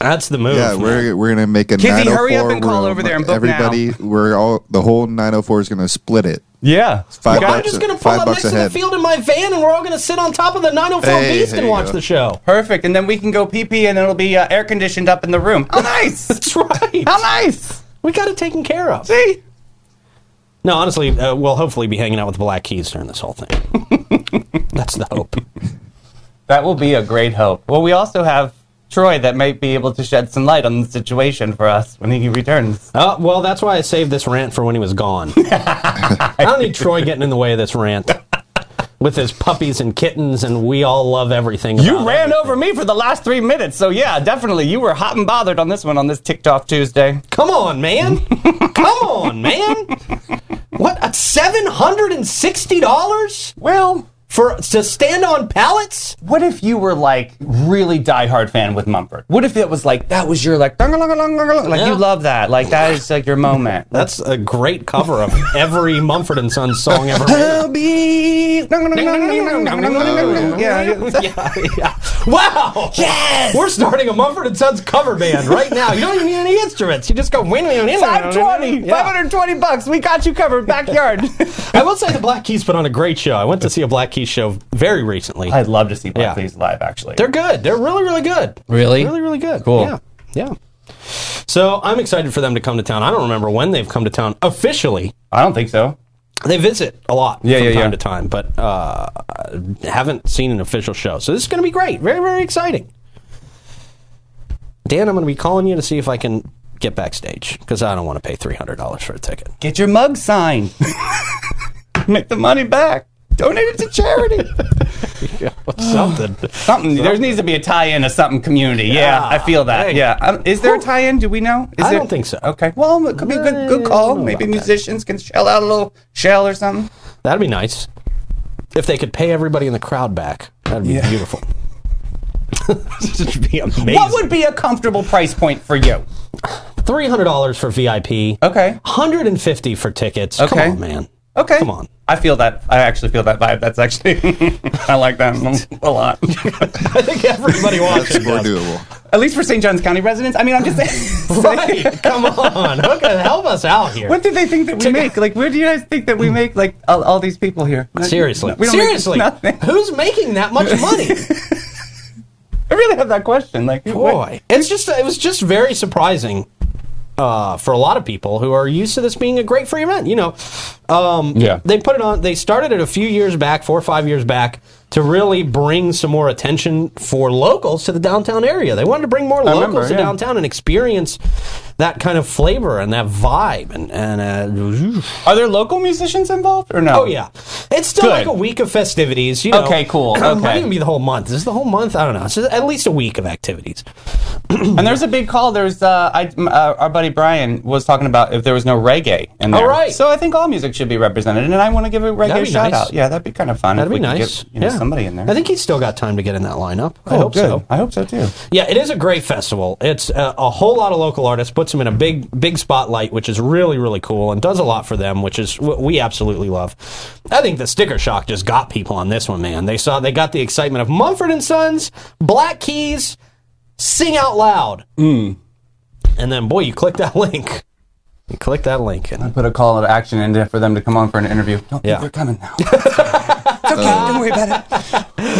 S1: That's the move.
S3: Yeah,
S1: man.
S3: we're we're gonna make a
S2: Kizzy,
S3: 904
S2: hurry up and call
S3: room.
S2: over there and book
S3: Everybody, we're all the whole 904 is gonna split it.
S2: Yeah.
S3: Five
S1: I'm
S3: bucks.
S1: just going to pull
S3: five
S1: up
S3: bucks
S1: next to the
S3: ahead.
S1: field in my van, and we're all going to sit on top of the 904
S3: Hey,
S1: beast
S3: there
S1: and
S3: you
S1: watch
S3: go.
S1: the show. *laughs*
S2: Perfect. And then we can go pee pee and it'll be uh, air conditioned up in the room. *laughs* How nice.
S1: That's right.
S2: How nice.
S1: We got it taken care of.
S2: See?
S1: No, honestly, uh, we'll hopefully be hanging out with the Black Keys during this whole thing. *laughs* That's the hope.
S2: That will be a great hope. Well, we also have Troy that might be able to shed some light on the situation for us when he returns.
S1: Uh, well, that's why I saved this rant for when he was *laughs* gone. I don't need Troy getting in the way of this rant with his puppies and kittens, and we all love everything.
S2: You
S1: about
S2: ran
S1: everything.
S2: over me for the last three minutes, so yeah, definitely. You were hot and bothered on this one on this ticked off Tuesday.
S1: Come on, man. Come on, man. What? Seven hundred and sixty dollars
S2: Well,
S1: for to stand on pallets?
S2: What if you were like really diehard fan with Mumford? What if it was like that was your like "Dung-a-lung-a-lung-a-lung," like
S1: Yeah.
S2: you love that like that is like your moment.
S1: That's a great cover of every Mumford and Sons song *laughs* ever.
S2: I'll be
S1: made.
S2: yeah.
S1: yeah, yeah. Wow. Yes. We're starting a Mumford and Sons cover band right now. You don't even need any instruments. You just go win, win, win.
S2: 520, 520 bucks. We got you covered. Backyard.
S1: I will say the Black Keys put on a great show. I went to see a Black Keys show very recently.
S2: I'd love to see Black
S1: Yeah.
S2: Keys live. Actually,
S1: They're good. They're really, really good.
S2: Really?
S1: Really, really good.
S2: Cool.
S1: Yeah. Yeah. So I'm excited for them to come to town. I don't remember when they've come to town officially.
S2: I don't think so.
S1: They visit a lot
S2: Yeah,
S1: from
S2: yeah,
S1: time
S2: yeah.
S1: to time, but uh, haven't seen an official show. So this is going to be great. Very, very exciting. Dan, I'm going to be calling you to see if I can get backstage because I don't want to pay $300 for a ticket.
S2: *laughs* Get your mug *laughs* signed. Make the money back. Donate it to charity.
S1: Something.
S2: Something. There needs to be a tie-in of something community. Yeah,
S1: Yeah.
S2: I feel that.
S1: Hey.
S2: Yeah. Um, is there a tie-in? Do we know? Is
S1: I
S2: there-
S1: don't think so.
S2: Okay. Well, it could be a good, good call. Maybe musicians can shell out a little shell or something.
S1: *sighs* That'd be nice. If they could pay everybody in the crowd back, that'd be
S2: Yeah. *laughs*
S1: beautiful. this would be amazing.
S2: What would be a comfortable price point for you?
S1: three hundred dollars for VIP?
S2: Okay.
S1: hundred and fifty for tickets. Come
S2: Okay.
S1: on, man.
S2: Okay.
S1: Come on. *laughs*
S2: I feel that. I actually feel that vibe. That's actually. *laughs* I like that a lot. *laughs*
S1: I think everybody wants
S3: That's
S1: it.
S3: more doable.
S2: At least for St. John's County residents. I mean, I'm just saying.
S1: Right. Come on. Okay, help us out here.
S2: What do they think that we make? Like, where do you guys think that we make, like, all, all these people here?
S1: Seriously.
S2: We don't make
S1: Seriously.
S2: nothing. *laughs*
S1: Who's making that much money?
S2: I really have that question. Like, what-
S1: Boy. It's just it was just very surprising. Uh, for a lot of people who are used to this being a great free event, you know, um,
S2: Yeah.
S1: they put it on. They started it a few years back, four or five years back, to really bring some more attention for locals to the downtown area. They wanted to bring more locals
S2: remember,
S1: to
S2: yeah.
S1: downtown and experience that kind of flavor and that vibe. And, and uh,
S2: Are there local musicians involved or no?
S1: Oh yeah, it's still
S2: Good.
S1: like a week of festivities. You know.
S2: Okay, cool.
S1: It *clears throat* might
S2: Okay.
S1: even be the whole month. Is this the whole month? I don't know. It's just at least a week of activities.
S2: And there's a big call. There's uh, I, m- uh, our buddy Brian was talking about if there was no reggae in there.
S1: Oh, right.
S2: So I think all music should be represented, and I want to give a
S1: That'd
S2: reggae
S1: be
S2: shout
S1: nice.
S2: out. Yeah, that'd be kind of fun.
S1: That'd
S2: if
S1: be
S2: we could
S1: nice.
S2: Get, you know,
S1: yeah,
S2: somebody in there.
S1: I think he's still got time to get in that lineup. I
S2: Oh,
S1: hope
S2: good.
S1: so.
S2: I hope so too.
S1: Yeah, it is a great festival. It's a, a whole lot of local artists puts them in a big big spotlight, which is really really cool and does a lot for them, which is what we absolutely love. I think the sticker shock just got people on this one, man. They saw they got the excitement of Mumford and Sons, Black Keys, Sing Out Loud,
S2: Mm.
S1: and then boy, you click that *laughs* link. You click that link, and
S2: Put a call to action in there for them to come on for an interview. Don't
S1: Yeah.
S2: think they're coming now. *laughs* it's okay.
S1: Uh,
S2: Don't worry about it.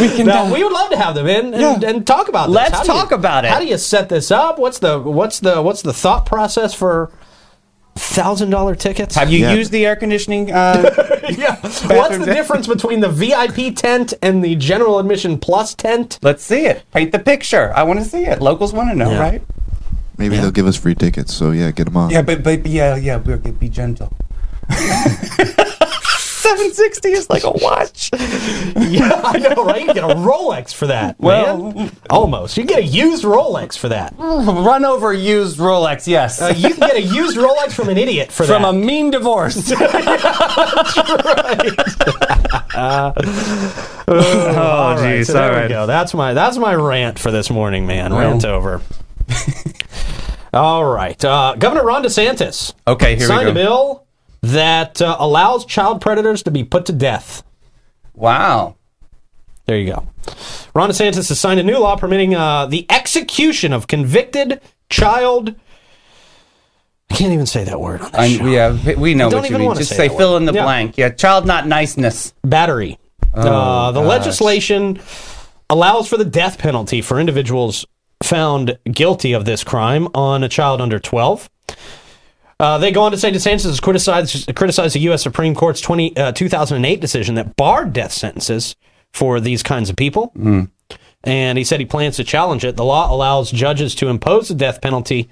S2: We can.
S1: Now,
S2: uh,
S1: we would love to have them in and,
S2: Yeah.
S1: and talk about this.
S2: Let's
S1: How do you-
S2: talk about it.
S1: How do you set this up? What's the what's the what's the thought process for thousand dollar tickets?
S2: have you
S3: Yeah.
S2: used the air conditioning? *laughs* Uh,
S1: *laughs* yeah. What's the difference between the VIP tent and the general admission plus
S2: *laughs*
S1: tent?
S2: let's see it. Paint the picture. I want to see it. Locals want to know,
S1: Yeah.
S2: right?
S3: Maybe they'll give us free tickets. So yeah, get them on.
S2: *laughs* Yeah, but, but yeah, yeah, we'll get, be gentle. so 760 is like a watch.
S1: Yeah, *laughs* I know, right? You get a Rolex for that.
S2: Well-
S1: man. almost. You get a used Rolex for that.
S2: Run over used Rolex, yes.
S1: Uh, you can get a used Rolex from an idiot for
S2: From
S1: that.
S2: a mean divorce.
S1: oh,
S5: jeez,
S1: So there
S5: all
S1: we
S5: right.
S1: go. That's my that's my rant for this morning, man. Rant over. *laughs* all right, uh, Governor Ron DeSantis
S2: *laughs* Okay, Oh, here
S1: signed
S2: we
S1: a
S2: go.
S1: bill that uh, allows child predators to be put to death.
S2: Wow.
S1: There you go. Ron DeSantis has signed a new law permitting uh, the execution of convicted child. I can't even say that word on this
S2: I'm-
S1: show.
S2: yeah, we- we know
S1: Don't
S2: what you
S1: even
S2: mean.
S1: wanna
S2: Just
S1: say
S2: say,
S1: that
S2: fill
S1: word.
S2: in the
S1: Yeah.
S2: blank. Yeah, child not niceness.
S1: battery. uh, the legislation allows for the death penalty for individuals found guilty of this crime on a child under 12. Uh, they go on to say DeSantis has criticized, criticized the U.S. Supreme Court's 20, uh, 2008 decision that barred death sentences for these kinds of people. And he said he plans to challenge it. The law allows judges to impose the death penalty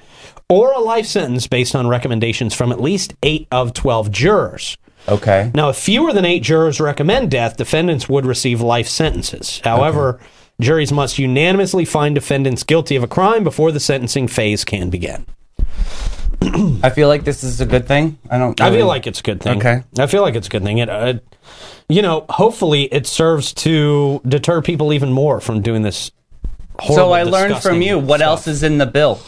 S1: or a life sentence based on recommendations from at least eight of 12 jurors.
S2: Okay.
S1: Now, if fewer than eight jurors recommend death, defendants would receive life sentences. However, juries must unanimously find defendants guilty of a crime before the sentencing phase can begin.
S2: I feel like this is a good thing. I don't.
S1: I
S2: really-
S1: feel like it's a good thing.
S2: Okay.
S1: I feel like it's a good thing. It, uh, you know, hopefully it serves to deter people even more from doing this.
S2: So
S1: Horrible,
S2: I learned from
S1: disgusting
S2: you. What
S1: stuff.
S2: else is in the bill?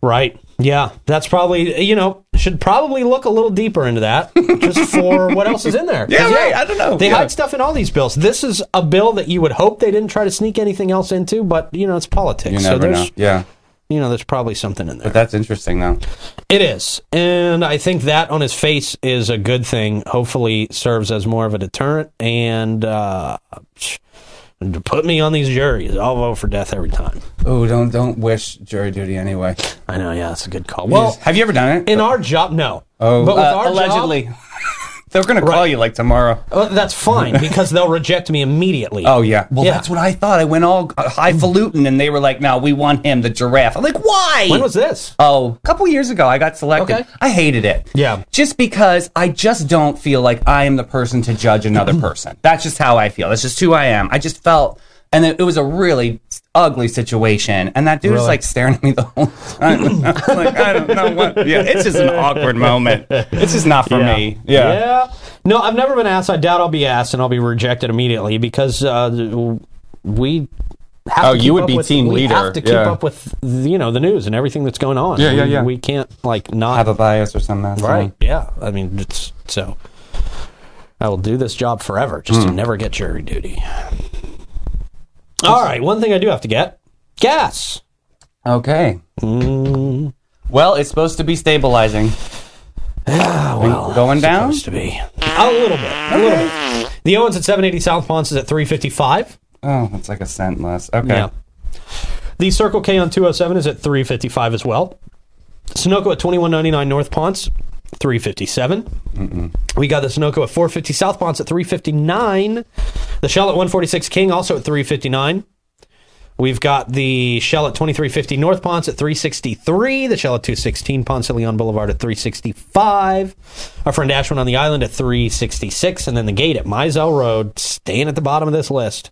S1: Right. Yeah. That's probably, you know, should probably look a little deeper into that just for what else is in there. 'Cause,
S2: *laughs* Yeah, right. I don't know.
S1: They
S2: Yeah.
S1: hide stuff in all these bills. This is a bill that you would hope they didn't try to sneak anything else into, but, you know, it's politics.
S2: You
S1: so
S2: never
S1: there's,
S2: know. Yeah,
S1: you know, there's probably something in there.
S2: that's interesting though.
S1: It is. And I think that on his face is a good thing. Hopefully serves as more of a deterrent and, uh, to put me on these juries. I'll vote for death every time.
S2: Oh, don't don't wish jury duty anyway.
S1: I know. Yeah, that's a good call. Well,
S2: have you ever done it?
S1: in our job, no.
S2: oh,
S1: but with
S2: uh,
S1: our job-
S2: allegedly, *laughs* they're gonna call you like tomorrow.
S1: Well, that's
S2: *laughs*
S1: fine because they'll reject me immediately.
S2: Oh yeah. Well,
S1: Yeah.
S2: that's what I thought. I went all uh, highfalutin, and they were like, "No, we want him, the giraffe." I'm like, "Why?"
S1: when was this?
S2: Oh, a couple years ago, I got selected.
S1: Okay.
S2: I hated it.
S1: Yeah.
S2: Just because I just don't feel like I am the person to judge another
S1: *clears throat*
S2: person. That's just how I feel. That's just who I am. I just felt, and it, it was a really ugly situation. And that dude was like staring at me the whole time. *laughs* I was like, I don't know what. Yeah, it's just an awkward moment. It's just not for me. Yeah.
S1: No, I've never been asked. I doubt I'll be asked, and I'll be rejected immediately because uh, we. Have
S2: Oh,
S1: to
S2: you
S1: keep
S2: would
S1: up
S2: be
S1: with,
S2: team
S1: we
S2: leader,
S1: have to keep
S2: yeah.
S1: up with you know the news and everything that's going on.
S2: Yeah, yeah,
S1: We-
S2: yeah.
S1: We can't like not
S2: Have a bias or something. that's
S1: right. Yeah, I mean it's so. I will do this job forever just
S2: Hmm.
S1: to never get jury duty. All right, one thing I do have to get gas.
S2: all. Okay.
S1: Mm.
S2: Well, it's supposed to
S1: *sighs*
S2: be stabilizing. well, going down.
S1: supposed to be a little bit, a little bit. The Owens at 780 South Ponce is at 355.
S2: Oh, it's like a cent less. Okay.
S1: Yeah. The Circle K on 207 is at 355 as well. Sunoco at 2199 North Ponce, 357. We got the Sunoco at 450 South Ponce at 359. The Shell at 146 King also at 359. We've got the Shell at 2350 North Ponce at 363. The Shell at 216 Ponce de Leon Boulevard at 365. Our friend Ashwin on the island at 366. And then the gate at Mizell Road, staying at the bottom of this list,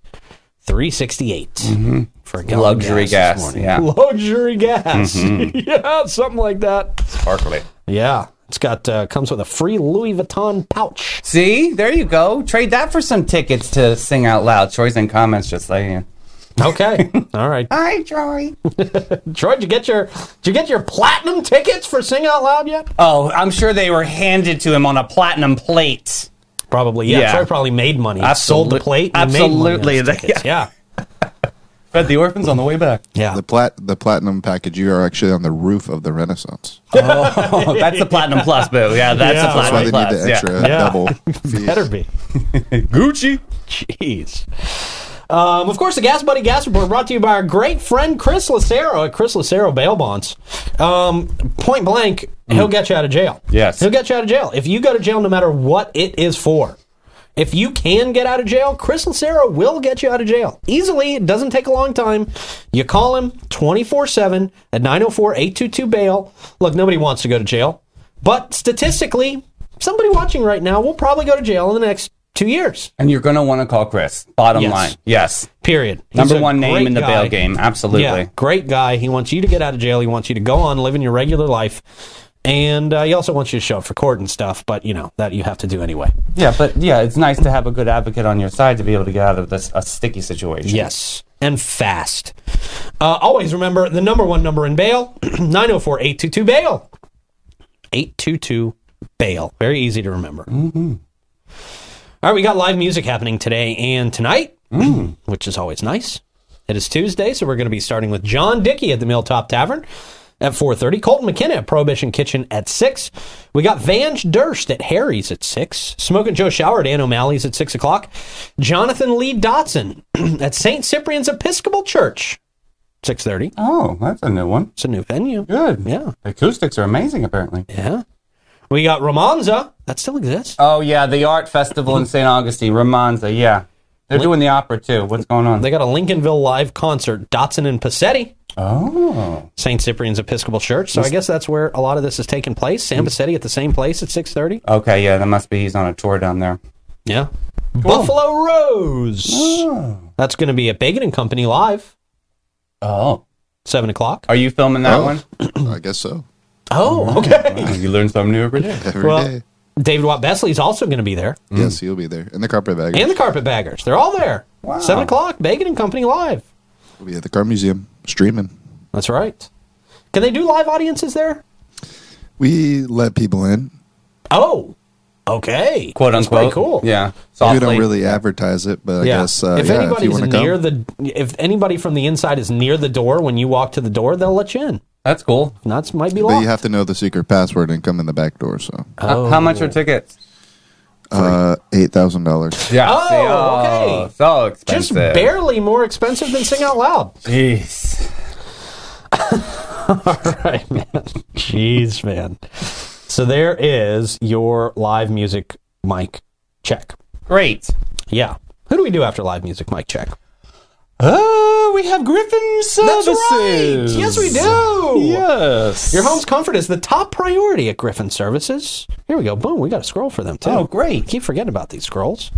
S1: 368 for a gallon of
S2: Mm-hmm. Luxury
S1: this
S2: gas,
S1: morning.
S2: yeah. Mm-hmm.
S1: Luxury gas. *laughs* yeah, something like that.
S2: Sparkly.
S1: Yeah. It's got uh, comes with a free Louis Vuitton pouch.
S2: See, there you go. Trade that for some tickets to sing out loud. Troy's in comments just saying. *laughs*
S1: Okay. All right.
S2: Hi, Troy.
S1: Troy, did you get your did you get your platinum tickets for Sing Out Loud yet?
S2: Oh, I'm sure they were handed to him on a platinum plate.
S1: Probably, yeah.
S2: Yeah.
S1: Troy probably made money. sold the
S2: Absolute-
S1: plate. and made money on
S2: absolutely.
S1: his tickets. Yeah.
S2: Fed the orphans on the
S1: *laughs*
S2: way back.
S1: Yeah.
S3: The plat the platinum package. You are actually on the roof of the Renaissance.
S2: Oh, that's the platinum plus, boo.
S1: Yeah.
S2: Yeah, that's the
S1: That's
S3: That's why
S2: platinum
S3: they need
S2: plus.
S3: the
S1: Yeah.
S2: *laughs*
S3: extra double. Fee.
S1: Better be.
S2: Gucci.
S1: *laughs* Jeez. Um, of course, the Gas Buddy Gas Report brought to you by our great friend Chris Lucero at Chris Lucero Bail Bonds. Um, point blank, he'll get you out of jail.
S2: Yes.
S1: He'll get you out of jail. If you go to jail, no matter what it is for, if you can get out of jail, Chris Lucero will get you out of jail. Easily. It doesn't take a long time. You call him 24 7 oh at 904 822 bail. Look, nobody wants to go to jail. But statistically, somebody watching right now will probably go to jail in the next two years.
S2: And you're going to want to call Chris. Bottom
S1: Yes.
S2: line. Yes.
S1: Period. He's
S2: Number
S1: a
S2: one name
S1: great
S2: in the
S1: guy.
S2: bail game. Absolutely.
S1: Yeah, great guy. He wants you to get out of jail. He wants you to go on living your regular life, and uh, he also wants you to show up for court and stuff. But you know that you have to do anyway.
S2: Yeah, but yeah, it's nice to have a good advocate on your side to be able to get out of this a sticky situation.
S1: Yes. And fast. Uh, always remember the number one number in bail *clears throat* 904 822 bail. 822 bail. Very easy to remember.
S2: Mm-hmm.
S1: All right, we got live music happening today and tonight, which is always nice. It is Tuesday, so we're going to be starting with John Dickey at the Milltop Tavern at 4.30. Colton McKenna at Prohibition Kitchen at 6. We got Vange Durst at Harry's at 6. Smoke and Joe Shower at Ann O'Malley's at 6 o'clock. Jonathan Lee Dotson *clears throat* at St. Cyprian's Episcopal Church, 6.30.
S2: Oh, that's a new one.
S1: It's a new venue.
S2: Good.
S1: Yeah.
S2: The acoustics are amazing, apparently.
S1: Yeah. We got Romanza. That still exists.
S2: Oh, yeah. The art festival in St. Augustine, Romanza. Yeah. They're doing the opera, too. What's going on?
S1: They got a Lincolnville live concert, Dotson and Passetti,
S2: Oh.
S1: St. Cyprian's Episcopal Church. So I guess that's where a lot of this is taking place. Sam Passetti at the same place at 6.30.
S2: Okay, yeah. That must be he's on a tour down there.
S1: Yeah. Buffalo Rose. Mm. That's going to be at Bacon and Company live,
S2: Oh.
S1: 7 o'clock.
S2: Are you filming that
S3: Oh.
S2: one?
S3: I guess so.
S1: Oh, okay.
S2: Wow, you learn something new every day.
S3: Every day.
S1: Well, *laughs* David Watt Besley's also going to be there.
S3: Yes, he'll be there. And the carpet bag
S1: hmm. And the Carpetbaggers. They're all there.
S2: Wow.
S1: 7 o'clock, Bacon and Company live.
S3: will be at the car museum streaming.
S1: That's right. Can they do live audiences there?
S3: We let people in.
S1: Oh, okay.
S2: Quote unquote.
S1: pretty cool.
S2: Yeah.
S3: We don't
S2: Softly.
S3: really advertise it, but I guess uh,
S1: if
S3: yeah, if you
S1: anybody's
S3: want to
S1: near
S3: come,
S1: the, if anybody from the inside is near the door when you walk to the door, they'll let you in.
S2: That's cool.
S1: And That's might be
S3: but
S1: locked.
S3: you have to know the secret password and come in the back door. So
S1: Oh,
S2: How- How much are tickets?
S3: uh, eight thousand dollars.
S2: Yeah.
S1: Oh,
S2: see,
S1: okay.
S2: So
S1: Just
S2: expensive.
S1: barely more expensive than Sing Out Loud.
S2: Jeez.
S1: *laughs* right, man. Jeez, man. So there is your live music mic check.
S2: Great.
S1: Yeah. Who do we do after live music mic check?
S2: Oh, we have Griffin
S1: That's
S2: services.
S1: right. Yes, we do.
S2: Yes.
S1: Your home's comfort is the top priority at Griffin Services. Here we go. Boom. We got a scroll for them, too.
S2: Oh, great.
S1: Keep forgetting about these scrolls.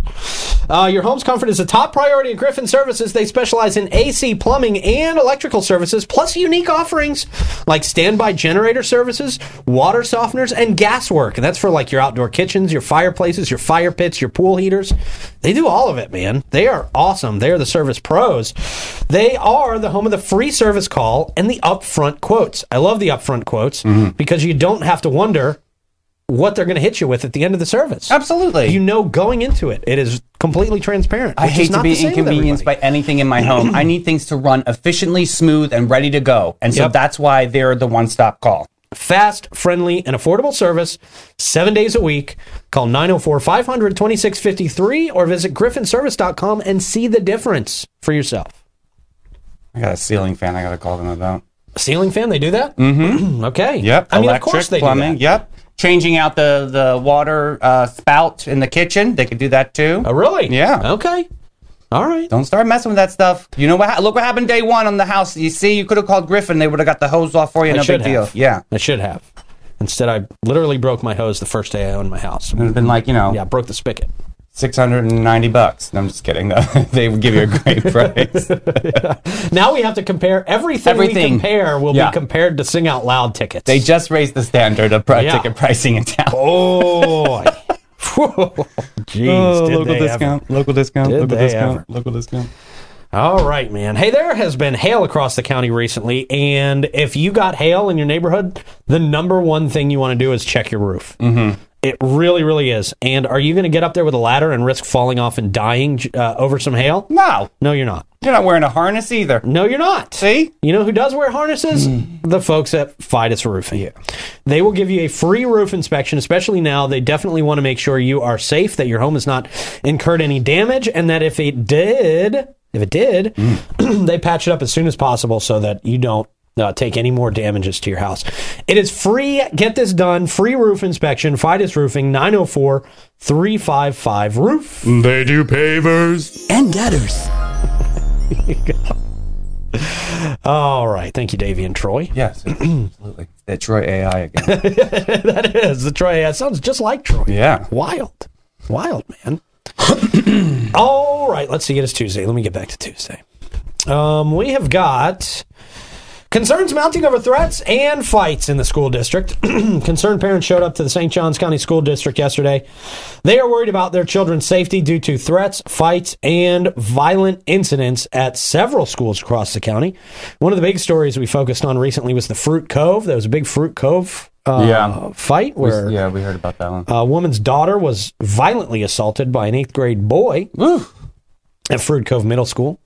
S1: Uh, your home's comfort is a top priority at Griffin Services. They specialize in AC, plumbing, and electrical services, plus unique offerings like standby generator services, water softeners, and gas work. And that's for like your outdoor kitchens, your fireplaces, your fire pits, your pool heaters. They do all of it, man. They are awesome. They're the service pros. They are the home of the free service call and the upfront quotes. I love the upfront quotes because you don't have to wonder what they're going to hit you with at the end of the service
S2: Absolutely.
S1: you know going into it. It is completely transparent.
S2: I
S1: which is
S2: hate to
S1: not the
S2: be
S1: same with
S2: inconvenienced by
S1: everybody.
S2: anything in my home. I need things to run efficiently, smooth, and ready to go. And so
S1: Yep.
S2: that's why they're the one stop call.
S1: fast, friendly, and affordable service seven days a week. Call 904 500 2653 or visit griffinservice.com and see the difference for yourself.
S2: I got a ceiling fan I got to call them about.
S1: Ceiling fan, they do that? Mm-hmm. *clears throat* okay.
S2: Yep.
S1: I mean,
S2: Electric,
S1: of course they
S2: plumbing.
S1: do that.
S2: Yep. Changing out the, the water uh, spout in the kitchen. They could do that too.
S1: Oh, really?
S2: Yeah.
S1: Okay. All right.
S2: Don't start messing with that stuff. You know what? Ha- look what happened day one on the house. You see, you could have called Griffin. They would have got the hose off for you. No
S1: I should
S2: big deal.
S1: have.
S2: Yeah.
S1: I should have. Instead, I literally broke my hose the first day I owned my house.
S2: It would have been like, you know,
S1: Yeah, I broke the spigot.
S2: 690 bucks. No, I'm just kidding. *laughs* they would give you a great *laughs* price.
S1: Now we have to compare everything,
S2: Everything.
S1: we compare will
S2: Yeah.
S1: be compared to sing out loud tickets.
S2: they just raised the standard of pri-
S1: Yeah.
S2: ticket pricing in
S1: *laughs*
S2: town.
S1: boy. Jeez, did Oh. they ever.
S2: Oh, local discount,
S1: Did local they discount, ever.
S2: local discount.
S1: All right, man. Hey, there has been hail across the county recently, and if you got hail in your neighborhood, the number one thing you want to do is check your roof. Mm-hmm. It really, really is. And are you going to get up there with a ladder and risk falling off and dying uh, over some hail?
S2: No,
S1: No, you're not.
S2: you're not wearing a harness either.
S1: No, you're not.
S2: See? Hmm.
S1: You know who does wear harnesses? The folks at Fidus Roofing. Yeah. They will give you a free roof inspection, especially now. They definitely want to make sure you are safe, that your home has not incurred any damage, and that if it did, if it did, *clears throat*
S2: Hmm.
S1: they patch it up as soon as possible so that you don't uh, take any more damages to your house. It is free. Get this done. Free roof inspection. Fidus Roofing, 904 355
S2: Hmm.
S1: Roof.
S5: They do pavers.
S6: and gutters.
S1: All right. Thank you, Davey and Troy. *laughs* *clears throat*
S2: Yes, absolutely. That Troy AI again.
S1: That is the Troy. It sounds just like Troy.
S2: Yeah.
S1: Wild. Wild, man. *clears throat* All right. Let's see. It is Tuesday. Let me get back to Tuesday. Um, we have got concerns mounting over threats and fights in the school district. *clears throat* Concerned parents showed up to the St. Johns County School District yesterday. They are worried about their children's safety due to threats, fights, and violent incidents at several schools across the county. One of the big stories we focused on recently was the Fruit Cove. There was a big Fruit Cove uh,
S2: Yeah.
S1: fight where
S2: Yeah, we heard about that one.
S1: a woman's daughter was violently assaulted by an eighth grade boy at Fruit Cove Middle School.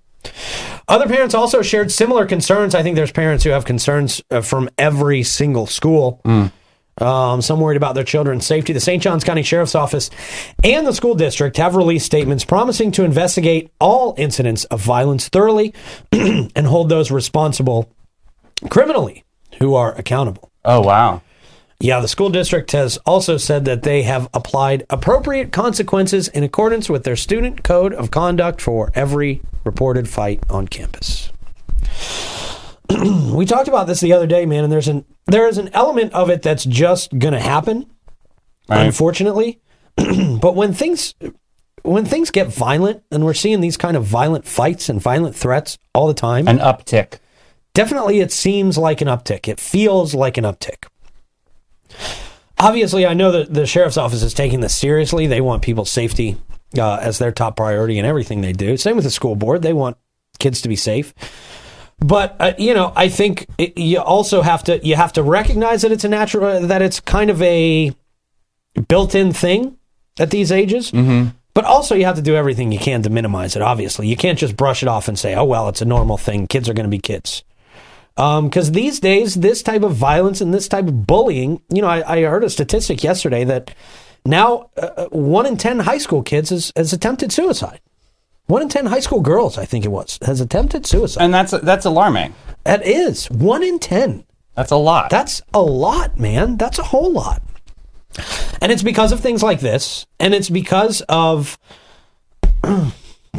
S1: Other parents also shared similar concerns. I think there's parents who have concerns uh, from every single school. Um, some worried about their children's safety. The St. Johns County Sheriff's Office and the school district have released statements promising to investigate all incidents of violence thoroughly *clears throat* and hold those responsible criminally who are accountable.
S2: Oh wow.
S1: Yeah, the school district has also said that they have applied appropriate consequences in accordance with their student code of conduct for every reported fight on campus. *clears throat* we talked about this the other day, man, and there's an there is an element of it that's just going to happen,
S2: Right.
S1: unfortunately. *clears throat* but when things when things get violent and we're seeing these kind of violent fights and violent threats all the time,
S2: An uptick.
S1: Definitely, it seems like an uptick. It feels like an uptick. Obviously, I know that the sheriff's office is taking this seriously. They want people's safety uh, as their top priority in everything they do. Same with the school board. They want kids to be safe. But uh, you know, I think it, you also have to you have to recognize that it's a natural uh, that it's kind of a built-in thing at these ages. But also, you have to do everything you can to minimize it. Obviously, you can't just brush it off and say, "Oh well, it's a normal thing. Kids are going to be kids." because these days, this type of violence and this type of bullying, you know, I, I heard a statistic yesterday that now uh, uh, one in 10 high school kids has, has attempted suicide. One in 10 high school girls, I think it was, has attempted suicide.
S2: And that's that's alarming.
S1: That is one in 10.
S2: That's a lot.
S1: That's a lot, man. That's a whole lot. And it's because of things like this, and it's because of *clears throat*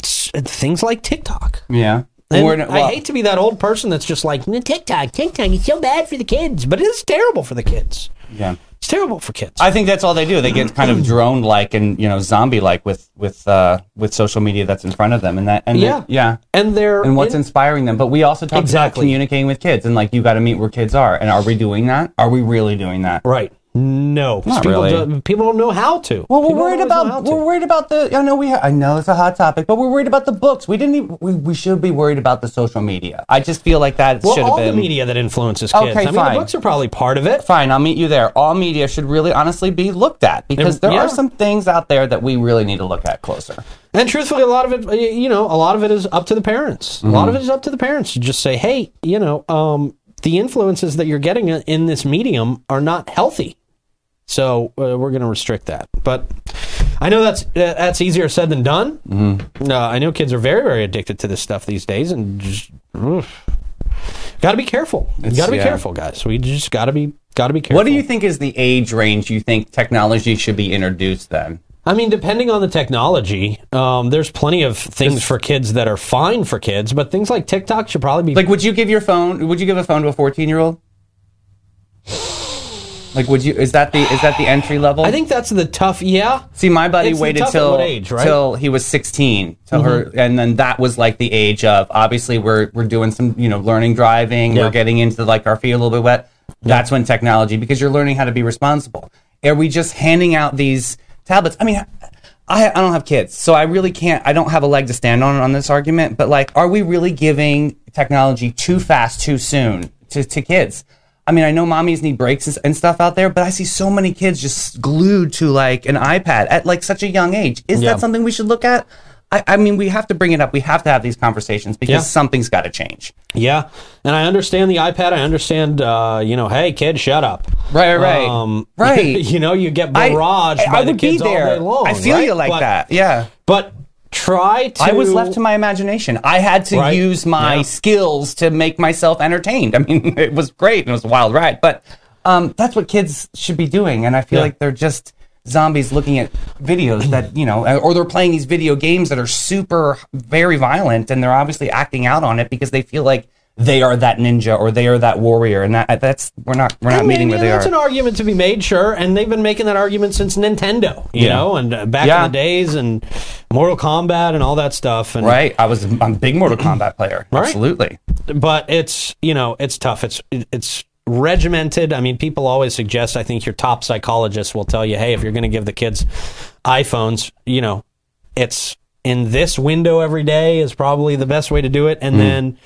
S1: things like TikTok.
S2: yeah.
S1: And
S2: We're- well,
S1: I hate to be that old person that's just like "Mm, TikTok, TikTok. It's so bad for the kids, but it is terrible for the kids.
S2: yeah.
S1: It's terrible for kids.
S2: I think that's all they do. They get kind *clears throat* of drone like and you know zombie like with with uh, with social media that's in front of them and that and
S1: Yeah.
S2: they- yeah.
S1: and they're
S2: And what's
S1: in-
S2: inspiring them, but we also talk
S1: Exactly.
S2: about communicating with kids and like you got to meet where kids are. And are we doing that? Are we really doing that?
S1: right? No, 'cause
S2: Not
S1: people
S2: really.
S1: don't, people don't know how to. People
S2: Well, we're
S1: don't
S2: worried
S1: always know how
S2: about
S1: to.
S2: we're worried about the. I know we. Ha- I know it's a hot topic, but we're worried about the books. We didn't. Even, we, we should be worried about the social media. I just feel like that
S1: well,
S2: should have
S1: all
S2: been.
S1: the media that influences kids.
S2: Okay,
S1: I mean,
S2: fine.
S1: the books are probably part of it.
S2: Fine, I'll meet you there. All media should really, honestly, be looked at because
S1: There-
S2: there
S1: yeah.
S2: are some things out there that we really need to look at closer.
S1: And truthfully, a lot of it, uh, you know, a lot of it is up to the parents. A
S2: Mm-hmm.
S1: lot of it is up to the parents to just say, hey, you know, um, the influences that you're getting in this medium are not healthy. So uh, we're going to restrict that. But I know that's uh, that's easier said than done.
S2: Mm-hmm.
S1: Uh, I know kids are very, very addicted to this stuff these days, and just got to be careful. Got to be
S2: yeah.
S1: careful, guys. We just got to be got to be careful.
S2: What do you think is the age range you think technology should be introduced then?
S1: I mean, depending on the technology, um, there's plenty of things for kids that are fine for kids, but things like TikTok should probably be
S2: Like, would you give your phone? Would you give a phone to a fourteen-year-old? Like, would you? Is that the is that the entry level?
S1: I think that's the tough. Yeah,
S2: See, my buddy
S1: It's the
S2: waited
S1: tough at
S2: till
S1: what age, right?
S2: till he was sixteen, till her,
S1: Mm-hmm.
S2: and then that was like the age of obviously we're we're doing some you know learning driving,
S1: Yeah.
S2: we're getting into like our feet a little bit wet. That's when technology because you're learning how to be responsible. Are we just handing out these tablets? I mean, I I don't have kids, so I really can't. I don't have a leg to stand on on this argument. But like, are we really giving technology too fast, too soon to to kids? I mean, I know mommies need breaks and, and stuff out there, but I see so many kids just glued to like an iPad at like such a young age. Is
S1: Yeah.
S2: that something we should look at? I, I mean, we have to bring it up. We have to have these conversations because
S1: Yeah.
S2: something's got to change.
S1: yeah, and I understand the iPad. I understand, uh, you know, hey kid, shut up. Um,
S2: Right, right, right.
S1: *laughs*
S2: Right.
S1: You know, you get barraged by the kids all day long.
S2: I feel
S1: right?
S2: you like
S1: But-
S2: that. Yeah.
S1: but try to.
S2: I was left to my imagination. I had to
S1: Right.
S2: use my
S1: Yeah.
S2: skills to make myself entertained. *laughs* I mean, it was great and it was a wild ride, but um, that's what kids should be doing. And I feel
S1: Yeah.
S2: like they're just zombies looking at videos that, you know, uh, or they're playing these video games that are super, very violent and they're obviously acting out on it because they feel like they are that ninja or they are that warrior, and that uh, that's we're not we're not
S1: I mean,
S2: meeting where
S1: you
S2: they
S1: know, That's
S2: are.
S1: an argument to be made, sure, and they've been making that argument since Nintendo, you
S2: Yeah.
S1: know, and uh, back
S2: Yeah.
S1: in the days, and Mortal Kombat and all that stuff. And
S2: Right, I was I'm a big Mortal Kombat player.
S1: Right.
S2: Absolutely,
S1: but it's you know it's tough it's it's regimented i mean people always suggest i think your top psychologists will tell you hey if you're going to give the kids iphones you know it's in this window every day is probably the best way to do it
S2: Mm.
S1: and then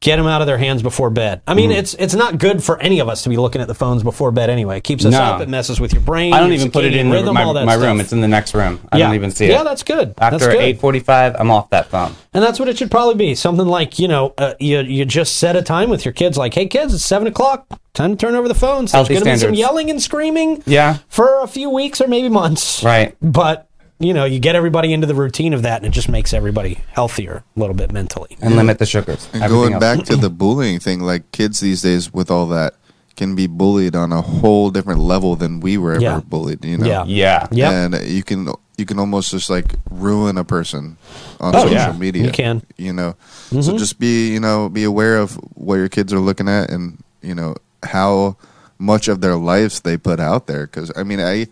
S1: get them out of their hands before bed i mean it's it's not good for any of us to be looking at the phones before bed anyway it keeps us
S2: No.
S1: up it messes with your brain
S2: I don't
S1: your
S2: even put it
S1: circadian
S2: in the-
S1: rhythm,
S2: my,
S1: all that
S2: my
S1: stuff.
S2: room. It's in the next room. I
S1: yeah.
S2: don't even see it.
S1: yeah that's good that's
S2: After
S1: good.
S2: eight forty five, I'm off that phone.
S1: And that's what it should probably be. Something like, you know, uh, you, you just set a time with your kids, like, hey, kids, it's seven o'clock. Time to turn over the phones. There's
S2: Healthy
S1: gonna be some
S2: standards.
S1: yelling and screaming
S2: Yeah.
S1: for a few weeks or maybe months.
S2: Right.
S1: But, you know, you get everybody into the routine of that and it just makes everybody healthier a little bit mentally.
S2: And limit the sugars.
S3: And
S2: everything
S3: going
S2: else.
S3: back to the bullying thing, like kids these days with all that can be bullied on a whole different level than we were ever
S1: Yeah.
S3: bullied. You know,
S1: Yeah.
S2: Yeah.
S1: Yep.
S3: and you can you can almost just like ruin a person on social
S2: yeah.
S3: media.
S1: Oh, You can. Mm-hmm.
S3: you know. So just be you know be aware of what your kids are looking at and you know how much of their lives they put out there. Because I mean I.